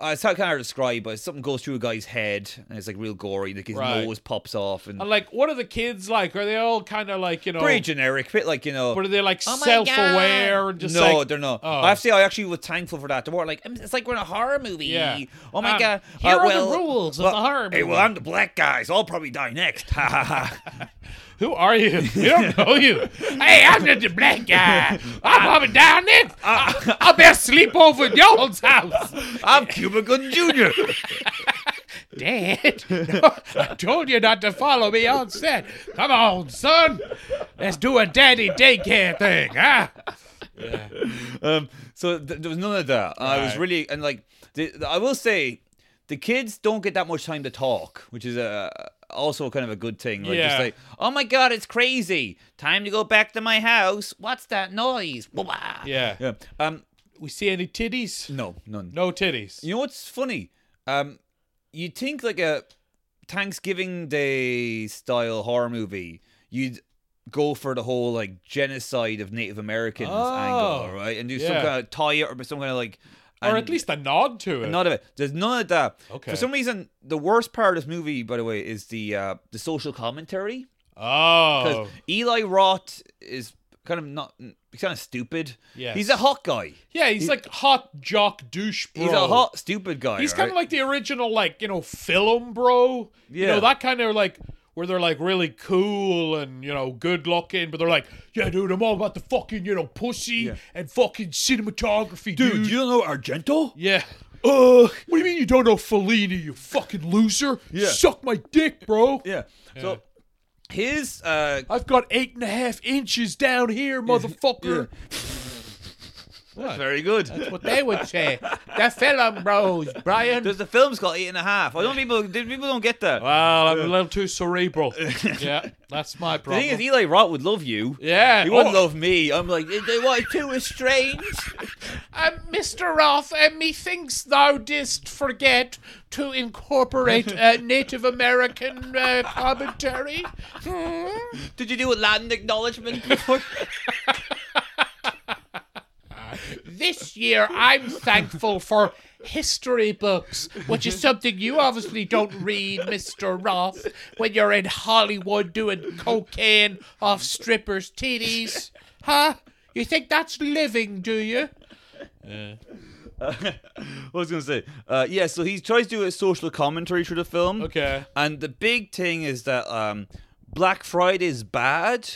Speaker 2: uh, it's how can I describe? But something goes through a guy's head, and it's like real gory. Like his
Speaker 1: Right.
Speaker 2: nose pops off, and
Speaker 1: And like, what are the kids like? Are they all kind of like you know?
Speaker 2: pretty generic, bit like you know.
Speaker 1: But are they like
Speaker 2: "Oh my God."
Speaker 1: self-aware and just
Speaker 2: no,
Speaker 1: like?
Speaker 2: they're not.
Speaker 1: Oh.
Speaker 2: I have to say, I actually was thankful for that. They were like, it's like we're in a horror movie.
Speaker 1: Yeah.
Speaker 2: Oh my
Speaker 1: Um,
Speaker 2: god.
Speaker 1: here are the
Speaker 2: well-
Speaker 1: rules of
Speaker 2: well,
Speaker 1: the horror
Speaker 2: Hey, well,
Speaker 1: movie."
Speaker 2: I'm the black guy, so I'll probably die next. Ha ha ha.
Speaker 1: Who are you? We don't know you.
Speaker 6: Hey, I'm not the black guy. I'm
Speaker 2: Uh,
Speaker 6: coming down there. I, I best sleep over at y'all's house.
Speaker 2: I'm Cuba Gooding Jr.
Speaker 6: Dad,
Speaker 1: I told you not to follow me on set.
Speaker 6: come on, son. Let's do a daddy daycare thing, huh?
Speaker 2: um, so th- there was none of that. And I was
Speaker 1: Right.
Speaker 2: really and like the, the- I will say, the kids don't get that much time to talk, which is a also kind of a good thing. Like
Speaker 1: Yeah.
Speaker 2: just like, oh my god, it's crazy. Time to go back to my house. What's that noise? Wah, wah."
Speaker 1: Yeah.
Speaker 2: Yeah. Um.
Speaker 1: We see any titties?
Speaker 2: No. None.
Speaker 1: No titties.
Speaker 2: You know what's funny? Um. You think like a Thanksgiving Day style horror movie? You'd go for the whole like genocide of Native Americans
Speaker 1: Oh.
Speaker 2: angle, right? And do some
Speaker 1: Yeah.
Speaker 2: kind of tie it or some kind of like.
Speaker 1: Or
Speaker 2: and-
Speaker 1: at least a nod to it.
Speaker 2: None of it. There's none of that.
Speaker 1: Okay.
Speaker 2: For some reason, the worst part of this movie, by the way, is the uh, the social commentary.
Speaker 1: oh.
Speaker 2: Because Eli Roth is kind of not, he's kind of stupid.
Speaker 1: Yes.
Speaker 2: He's a hot guy.
Speaker 1: Yeah, he's like hot jock douche bro.
Speaker 2: He's a hot, stupid guy.
Speaker 1: He's
Speaker 2: right?
Speaker 1: kind of like the original, like you know, film bro. you know
Speaker 2: Yeah.
Speaker 1: that kind of like where they're like really cool and you know good looking, but they're like, yeah, dude, I'm all about the fucking you know pussy and fucking cinematography, dude.
Speaker 7: Dude, you don't know Argento?
Speaker 1: yeah.
Speaker 2: Ugh.
Speaker 1: What do you mean you don't know Fellini, you fucking loser?
Speaker 2: Yeah.
Speaker 1: Suck my dick, bro.
Speaker 2: Yeah. So his uh
Speaker 1: I've got eight and a half inches down here, motherfucker.
Speaker 2: very good.
Speaker 8: What they would say. The film bros, Brian.
Speaker 2: There's the film's called Eight and a Half. I don't people people don't get that.
Speaker 1: Well, I'm a little too cerebral. yeah, that's my
Speaker 2: the
Speaker 1: problem.
Speaker 2: thing is, Eli Roth would love you.
Speaker 1: yeah,
Speaker 2: He wouldn't
Speaker 1: oh,
Speaker 2: love me. I'm like, "Eh, they want too estranged.
Speaker 8: Uh, Mr. Roth, uh, methinks thou didst forget to incorporate uh, Native American uh, commentary. Hmm?
Speaker 2: Did you do a land acknowledgement before?
Speaker 8: This year, I'm thankful for history books, which is something you obviously don't read, Mr. Roth, when you're in Hollywood doing cocaine off strippers' titties. Huh? You think that's living, do you?
Speaker 2: What was I gonna say? Uh, yeah, so he tries to do a social commentary through the film.
Speaker 1: Okay.
Speaker 2: And the big thing is that um, Black Friday's bad.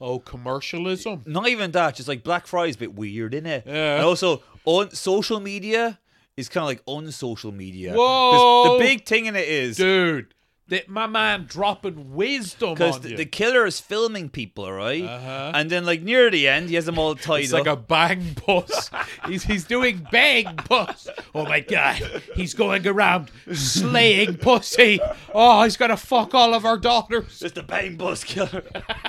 Speaker 1: oh, commercialism.
Speaker 2: Not even that. Just like Black Friday's a bit weird, isn't it?
Speaker 1: Yeah.
Speaker 2: And also on social media is kind of like unsocial media. 'Cause
Speaker 1: Whoa.
Speaker 2: The big thing in it is
Speaker 1: dude. That my man dropping wisdom
Speaker 2: because
Speaker 1: on you.
Speaker 2: the, the killer is filming people, right?
Speaker 1: Uh-huh.
Speaker 2: And then like near the end, he has them all tied
Speaker 1: it's
Speaker 2: up.
Speaker 1: like a bang bus.
Speaker 8: He's, he's doing bang puss. Oh my god, he's going around slaying pussy.
Speaker 1: oh, he's gonna fuck all of our daughters.
Speaker 2: It's the bang bus killer.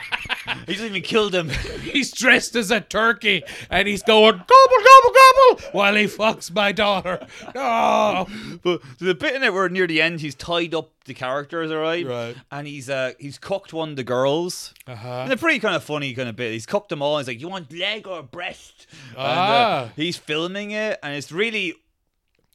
Speaker 2: he doesn't even kill them.
Speaker 1: He's dressed as a turkey and he's going gobble gobble gobble while he fucks my daughter. Oh. No,
Speaker 2: but the bit in it where near the end, he's tied up the characters, all right?
Speaker 1: Right.
Speaker 2: And he's uh he's cocked one of the girls.
Speaker 1: uh-huh.
Speaker 2: And a pretty kind of funny kind of bit. He's cocked them all. He's like, "You want leg or breast?" And, uh,
Speaker 1: Ah.
Speaker 2: he's filming it, and it's really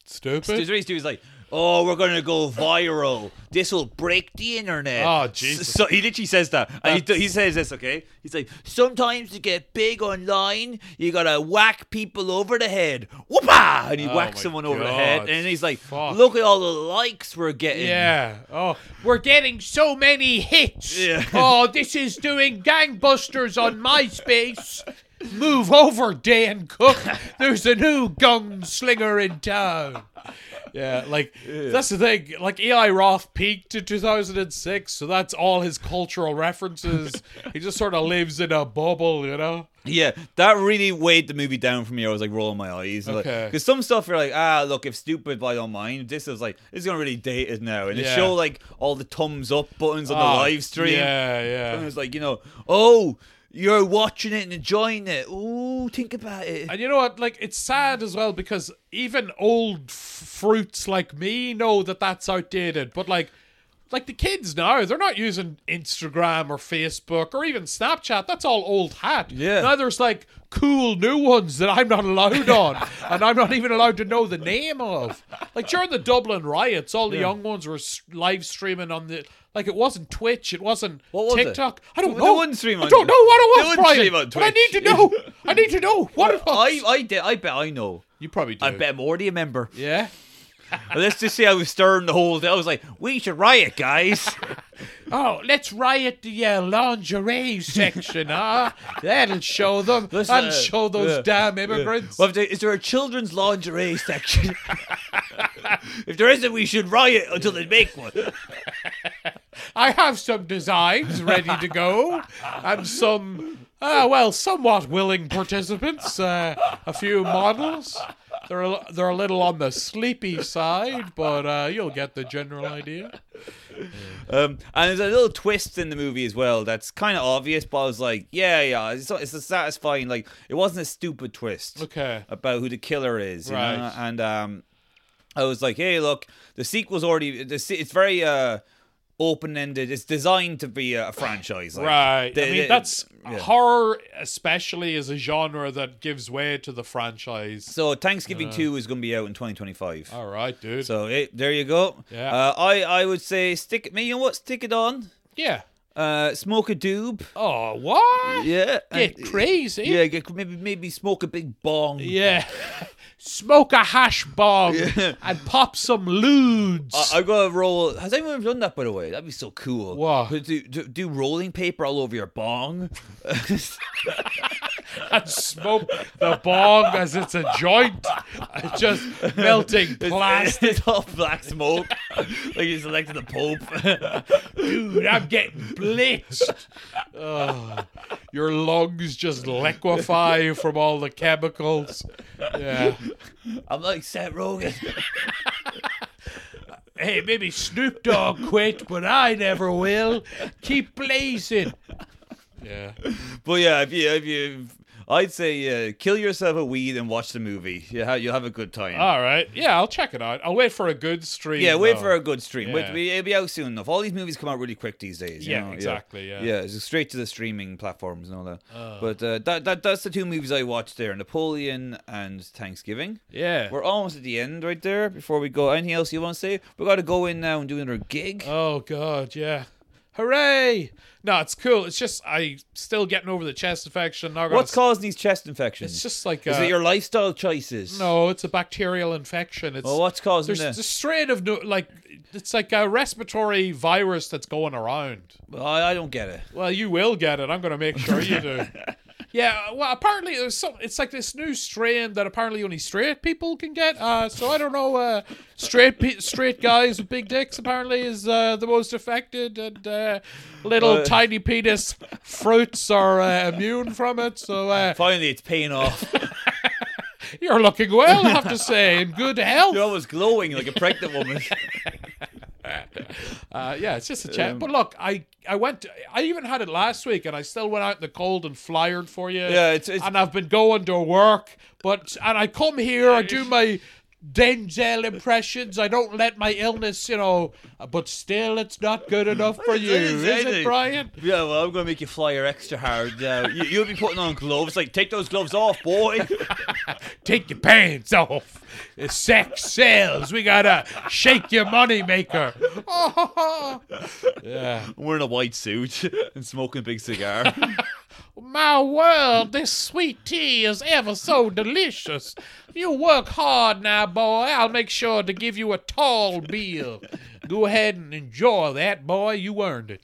Speaker 1: stupid.
Speaker 2: Stupid. He's like, oh, we're gonna go viral. This will break the internet.
Speaker 1: Oh, Jesus.
Speaker 2: So, so he literally says that, and he, do- he says this. Okay, he's like, sometimes to get big online, you gotta whack people over the head. Whoopah! And he
Speaker 1: Oh
Speaker 2: whacks
Speaker 1: my
Speaker 2: someone over the head,
Speaker 1: God.
Speaker 2: and then he's like,
Speaker 1: Fuck.
Speaker 2: look at all the likes we're getting.
Speaker 1: Yeah. Oh,
Speaker 8: We're getting so many hits.
Speaker 2: Yeah.
Speaker 8: Oh, this is doing gangbusters on MySpace.
Speaker 1: move over, Dan Cook. There's a new gunslinger in town. Yeah, like that's the thing. Like Eli Roth peaked in 2006, so that's all his cultural references. he just sort of lives in a bubble, you know.
Speaker 2: Yeah, that really weighed the movie down for me. I was like rolling my eyes. Because
Speaker 1: Okay.
Speaker 2: some stuff you're like, ah, look, if stupid, but I don't mind. This is like, this is going to really date it now. And
Speaker 1: Yeah.
Speaker 2: they show like all the thumbs up buttons on
Speaker 1: Oh,
Speaker 2: the live stream.
Speaker 1: Yeah, yeah.
Speaker 2: And it's like, you know, oh, you're watching it and enjoying it. Ooh, think about it.
Speaker 1: And you know what? Like, it's sad as well because even old f- fruits like me know that that's outdated. But like, like the kids now, they're not using Instagram or Facebook or even Snapchat. That's all old hat.
Speaker 2: Yeah.
Speaker 1: Now there's like cool new ones that I'm not allowed on, and I'm not even allowed to know the name of. Like during the Dublin riots, all the young ones were s- live streaming on the. Like it wasn't Twitch, it wasn't
Speaker 2: What was it?
Speaker 1: TikTok. I don't
Speaker 2: They
Speaker 1: know.
Speaker 2: wouldn't stream
Speaker 1: I
Speaker 2: on-
Speaker 1: don't know what
Speaker 2: they
Speaker 1: it was,
Speaker 2: wouldn't
Speaker 1: Brian.
Speaker 2: stream on
Speaker 1: but I need to
Speaker 2: Twitch.
Speaker 1: know. I need to know what it was.
Speaker 2: I, I, did, I bet I know.
Speaker 1: You probably do.
Speaker 2: I bet I'm already a member.
Speaker 1: Yeah.
Speaker 2: Let's just say I was stirring the whole thing. I was like, we should riot, guys.
Speaker 8: Oh, let's riot the uh, lingerie section, huh? That'll show them.
Speaker 1: And
Speaker 2: uh,
Speaker 1: show those
Speaker 2: yeah,
Speaker 1: damn immigrants.
Speaker 2: Well, if there, is there a children's lingerie section? if there isn't, we should riot until they make one.
Speaker 1: I have some designs ready to go, and some, uh, well, somewhat willing participants. Uh, a few models. They're a, they're a little on the sleepy side, but uh, you'll get the general idea.
Speaker 2: Um, and there's a little twist in the movie as well that's kind of obvious, but I was like, yeah, yeah, it's, it's a satisfying. Like, it wasn't a stupid twist
Speaker 1: Okay.
Speaker 2: about who the killer is, you know?
Speaker 1: Right.
Speaker 2: And um, I was like, hey, look, the sequel's already. The, se- it's very uh, open ended. It's designed to be a franchise, like,
Speaker 1: Right.
Speaker 2: They-
Speaker 1: I
Speaker 2: they-
Speaker 1: mean, that's
Speaker 2: yeah.
Speaker 1: horror, especially, is a genre that gives way to the franchise.
Speaker 2: So Thanksgiving Two is going to be out in 2025.
Speaker 1: Uh. All right, dude.
Speaker 2: So eh, there you go.
Speaker 1: Yeah.
Speaker 2: Uh, I I would say stick. You know what? Stick it on.
Speaker 1: yeah.
Speaker 2: Uh, smoke a doob.
Speaker 1: Oh, what?
Speaker 2: Yeah. and-
Speaker 1: Get crazy.
Speaker 2: yeah, get, maybe maybe smoke a big bong.
Speaker 1: Yeah. Smoke a hash bomb and pop some lewds.
Speaker 2: I, I've got to roll. Has anyone ever done that, by the way? That'd be so cool.
Speaker 1: What?
Speaker 2: To Do, do, do rolling paper all over your bong. uh,
Speaker 1: and smoke the bong as it's a joint. It's just melting
Speaker 2: It's,
Speaker 1: plastic.
Speaker 2: it's all black smoke. like you just elected the Pope.
Speaker 1: Dude, I'm getting blitzed. Oh, your lungs just liquefy from all the chemicals. Yeah.
Speaker 2: I'm like Seth Rogen.
Speaker 1: Hey, maybe Snoop Dogg quit, but I never will. Keep blazing. Yeah.
Speaker 2: But yeah, if you, if you, I'd say uh, kill yourself a weed and watch the movie. You ha- you'll have a good time.
Speaker 1: All right. Yeah, I'll check it out. I'll wait for a good stream.
Speaker 2: yeah, wait
Speaker 1: though.
Speaker 2: for a good stream. Wait,
Speaker 1: Yeah.
Speaker 2: we- it'll be out soon enough. All these movies come out really quick these days. you
Speaker 1: Yeah,
Speaker 2: know?
Speaker 1: exactly, yeah.
Speaker 2: yeah, it's straight to the streaming platforms and all that. But uh, that that that's the two movies I watched there: Napoleon and Thanksgiving.
Speaker 1: Yeah.
Speaker 2: We're almost at the end right there. Before we go, anything else you want to say? We got to go in now and do another gig.
Speaker 1: Oh god, yeah. Hooray! No, it's cool. It's just I still getting over the chest infection. Not gonna
Speaker 2: What's causing these chest infections?
Speaker 1: It's just like
Speaker 2: Is
Speaker 1: uh,
Speaker 2: it your lifestyle choices?
Speaker 1: No, it's a bacterial infection. It's
Speaker 2: Well, Oh, what's causing
Speaker 1: there's
Speaker 2: this?
Speaker 1: a strain of no, like it's like a respiratory virus that's going around.
Speaker 2: I, I don't get it.
Speaker 1: Well, you will get it. I'm going to make sure you do. yeah. Well, apparently there's some. It's like this new strain that apparently only straight people can get. Uh, so I don't know. Uh, straight pe- straight guys with big dicks apparently is uh, the most affected, and uh, little
Speaker 2: Uh,
Speaker 1: tiny penis fruits are uh, immune from it. So uh,
Speaker 2: Finally, it's paying off.
Speaker 1: you're looking well, I have to say, in good health.
Speaker 2: You're always glowing like a pregnant woman.
Speaker 1: Uh, yeah, it's just a
Speaker 2: Um,
Speaker 1: chat. but look, I I went. I even had it last week, and I still went out in the cold and flyered for you.
Speaker 2: Yeah, it's- it's-
Speaker 1: and I've been going to work, but and I come here, I do my Denzel impressions. I don't let my illness, you know. uh, But still, it's not good enough for you, is it, Brian?
Speaker 2: Yeah, well, I'm going to make you flyer extra hard. Uh, you, you'll be putting on gloves. Like, take those gloves off, boy.
Speaker 1: Take your pants off. Sex sells. We gotta shake your money maker. Oh, yeah.
Speaker 2: Wearing a white suit and smoking a big cigar.
Speaker 1: My world, this sweet tea is ever so delicious. You work hard now, boy. I'll make sure to give you a tall bill. Go ahead and enjoy that, boy. You earned it.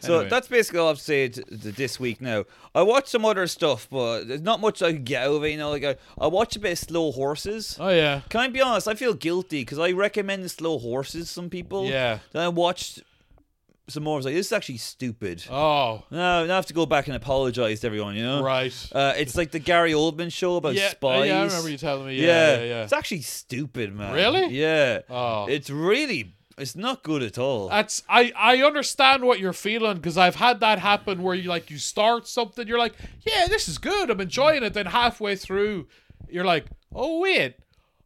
Speaker 2: so
Speaker 1: Anyway.
Speaker 2: that's basically all I've said th- this week now. I watched some other stuff, but there's not much I can get over. You know, like, I, I watched a bit of Slow Horses.
Speaker 1: Oh, yeah.
Speaker 2: Can I be honest? I feel guilty because I recommend Slow Horses to some people.
Speaker 1: Yeah.
Speaker 2: Then I watched some more. I was like, this is actually stupid.
Speaker 1: Oh,
Speaker 2: No, now I have to go back and apologize to everyone, you know?
Speaker 1: right.
Speaker 2: Uh, it's like the Gary Oldman show about
Speaker 1: yeah, uh,
Speaker 2: spies.
Speaker 1: yeah, I remember you telling me. Yeah, yeah, yeah.
Speaker 2: It's actually stupid, man.
Speaker 1: Really?
Speaker 2: Yeah.
Speaker 1: Oh.
Speaker 2: It's really, it's not good at all.
Speaker 1: That's I I understand what you're feeling because I've had that happen where you like you start something you're like yeah this is good I'm enjoying it then halfway through you're like oh wait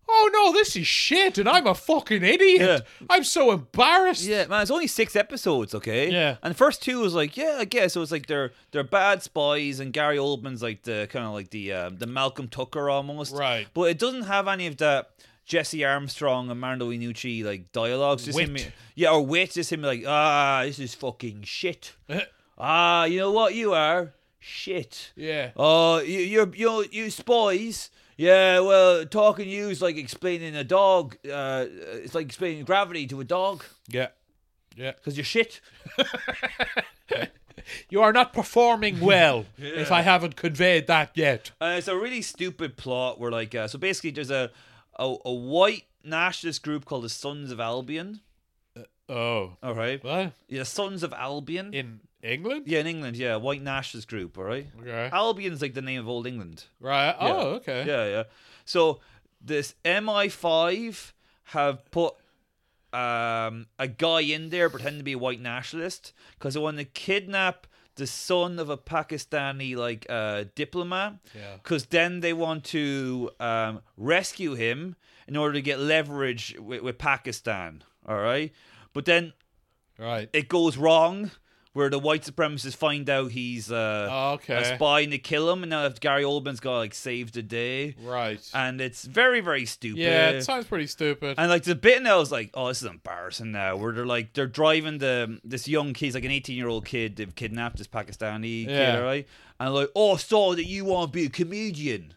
Speaker 1: oh no this is shit and I'm a fucking idiot I'm so embarrassed
Speaker 2: yeah, man, it's only six episodes, okay?
Speaker 1: Yeah.
Speaker 2: And the first two was like, yeah, I guess it was like they're they're bad spies, and Gary Oldman's like the kind of like the um, the Malcolm Tucker almost,
Speaker 1: Right.
Speaker 2: But it doesn't have any of that Jesse Armstrong and Mando Inucci like dialogues. Just him,
Speaker 1: Wit.
Speaker 2: yeah, or wit, just him like, ah, this is fucking shit. ah, you know what you are, shit.
Speaker 1: yeah
Speaker 2: Oh, you you're, you you spies. Yeah, well, talking to you is like explaining a dog. Uh, it's like explaining gravity to a dog
Speaker 1: yeah
Speaker 2: because you're shit.
Speaker 1: you are not performing well if I haven't conveyed that yet
Speaker 2: Uh, it's a really stupid plot where like uh, so basically there's a, a a white nationalist group called the Sons of Albion.
Speaker 1: oh
Speaker 2: All right,
Speaker 1: what
Speaker 2: yeah, Sons of Albion.
Speaker 1: in England
Speaker 2: yeah, in England, yeah, white nationalist group. All right,
Speaker 1: okay
Speaker 2: Albion's like the name of old England.
Speaker 1: right oh okay
Speaker 2: Yeah, yeah. So this MI5 have put um, a guy in there pretending to be a white nationalist because they want to kidnap the son of a Pakistani like uh, diplomat.
Speaker 1: Yeah.
Speaker 2: Because then they want to um, rescue him in order to get leverage with, with Pakistan. All right. But then
Speaker 1: right
Speaker 2: it goes wrong where the white supremacists find out he's uh,
Speaker 1: Oh, okay.
Speaker 2: a spy and they kill him, and now Gary Oldman's got to like save the day,
Speaker 1: Right.
Speaker 2: and it's very very stupid.
Speaker 1: yeah, it sounds pretty stupid.
Speaker 2: And like the bit now is like, oh, this is embarrassing now. Where they're like, they're driving the this young kid, he's like an eighteen year old kid. They've kidnapped this Pakistani
Speaker 1: Yeah.
Speaker 2: kid, right? And like, oh, so that you want to be a comedian?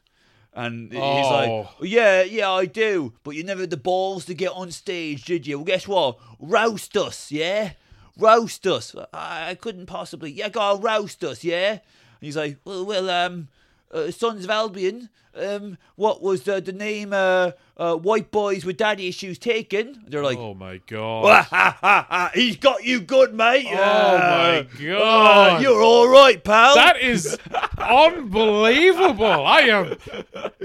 Speaker 2: And he's
Speaker 1: Oh.
Speaker 2: like, yeah, yeah, I do. But you never had the balls to get on stage, did you? Well, guess what? Roust us, yeah. Roust us. I, I couldn't possibly. Yeah, God, roust us, yeah. And he's like, well, well, um, uh, Sons of Albion. Um, what was the the name? Uh, uh, white boys with daddy issues taken. They're like,
Speaker 1: oh my god.
Speaker 2: "Ah, ha, ha, ha, he's got you good, mate.
Speaker 1: Oh
Speaker 2: Uh,
Speaker 1: my God.
Speaker 2: uh, you're all right, pal.
Speaker 1: That is unbelievable. I am,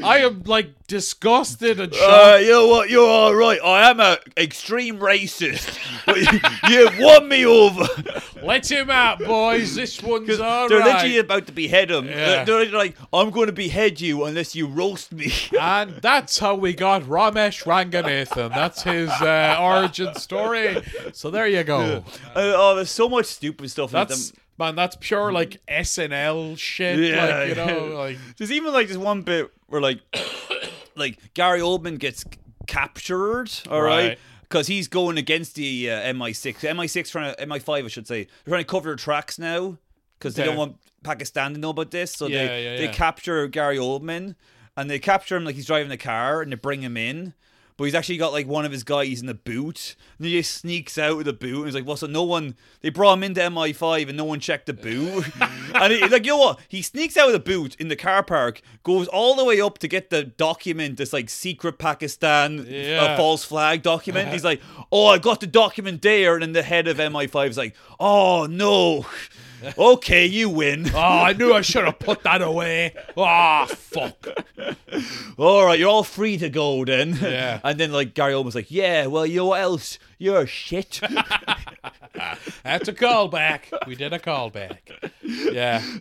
Speaker 1: I am like disgusted and
Speaker 2: Uh,
Speaker 1: shocked.
Speaker 2: you know what? You're all right. I am a extreme racist, but you, you've won me over.
Speaker 1: Let him out, boys. This one's all
Speaker 2: They're
Speaker 1: right.
Speaker 2: literally about to behead him.
Speaker 1: Yeah.
Speaker 2: They're, they're like, I'm going to behead you unless you roast me.
Speaker 1: And that's how we got Ramesh Ranganathan. That's his uh, origin story. So there you go.
Speaker 2: Uh, oh, there's so much stupid stuff. in
Speaker 1: That's
Speaker 2: them.
Speaker 1: man. That's pure like SNL shit.
Speaker 2: Yeah,
Speaker 1: like you know,
Speaker 2: yeah.
Speaker 1: like
Speaker 2: There's even like this one bit where like, like Gary Oldman gets c- captured. All right.
Speaker 1: Right.
Speaker 2: Because he's going against the uh, MI6. MI6 trying to MI5, I should say. They're trying to cover their tracks now because they
Speaker 1: Okay.
Speaker 2: don't want Pakistan to know about this. So
Speaker 1: Yeah,
Speaker 2: they
Speaker 1: yeah,
Speaker 2: they
Speaker 1: yeah.
Speaker 2: capture Gary Oldman and they capture him like he's driving a car and they bring him in. But he's actually got like one of his guys in the boot, and he just sneaks out with the boot. And he's like, "Well, so no one." They brought him into MI5, and no one checked the boot. and he, like, you know what? He sneaks out of the boot in the car park, goes all the way up to get the document, this like secret Pakistan
Speaker 1: Yeah.
Speaker 2: uh, false flag document. He's like, "Oh, I got the document there," and then the head of MI5 is like, "Oh no, okay, you win."
Speaker 1: oh, I knew I should have put that away. Ah, fuck.
Speaker 2: all right, you're all free to go then.
Speaker 1: Yeah.
Speaker 2: and then like Gary Oldman's like, yeah, well, you know what else? You're shit.
Speaker 1: That's a callback. We did a callback. Yeah.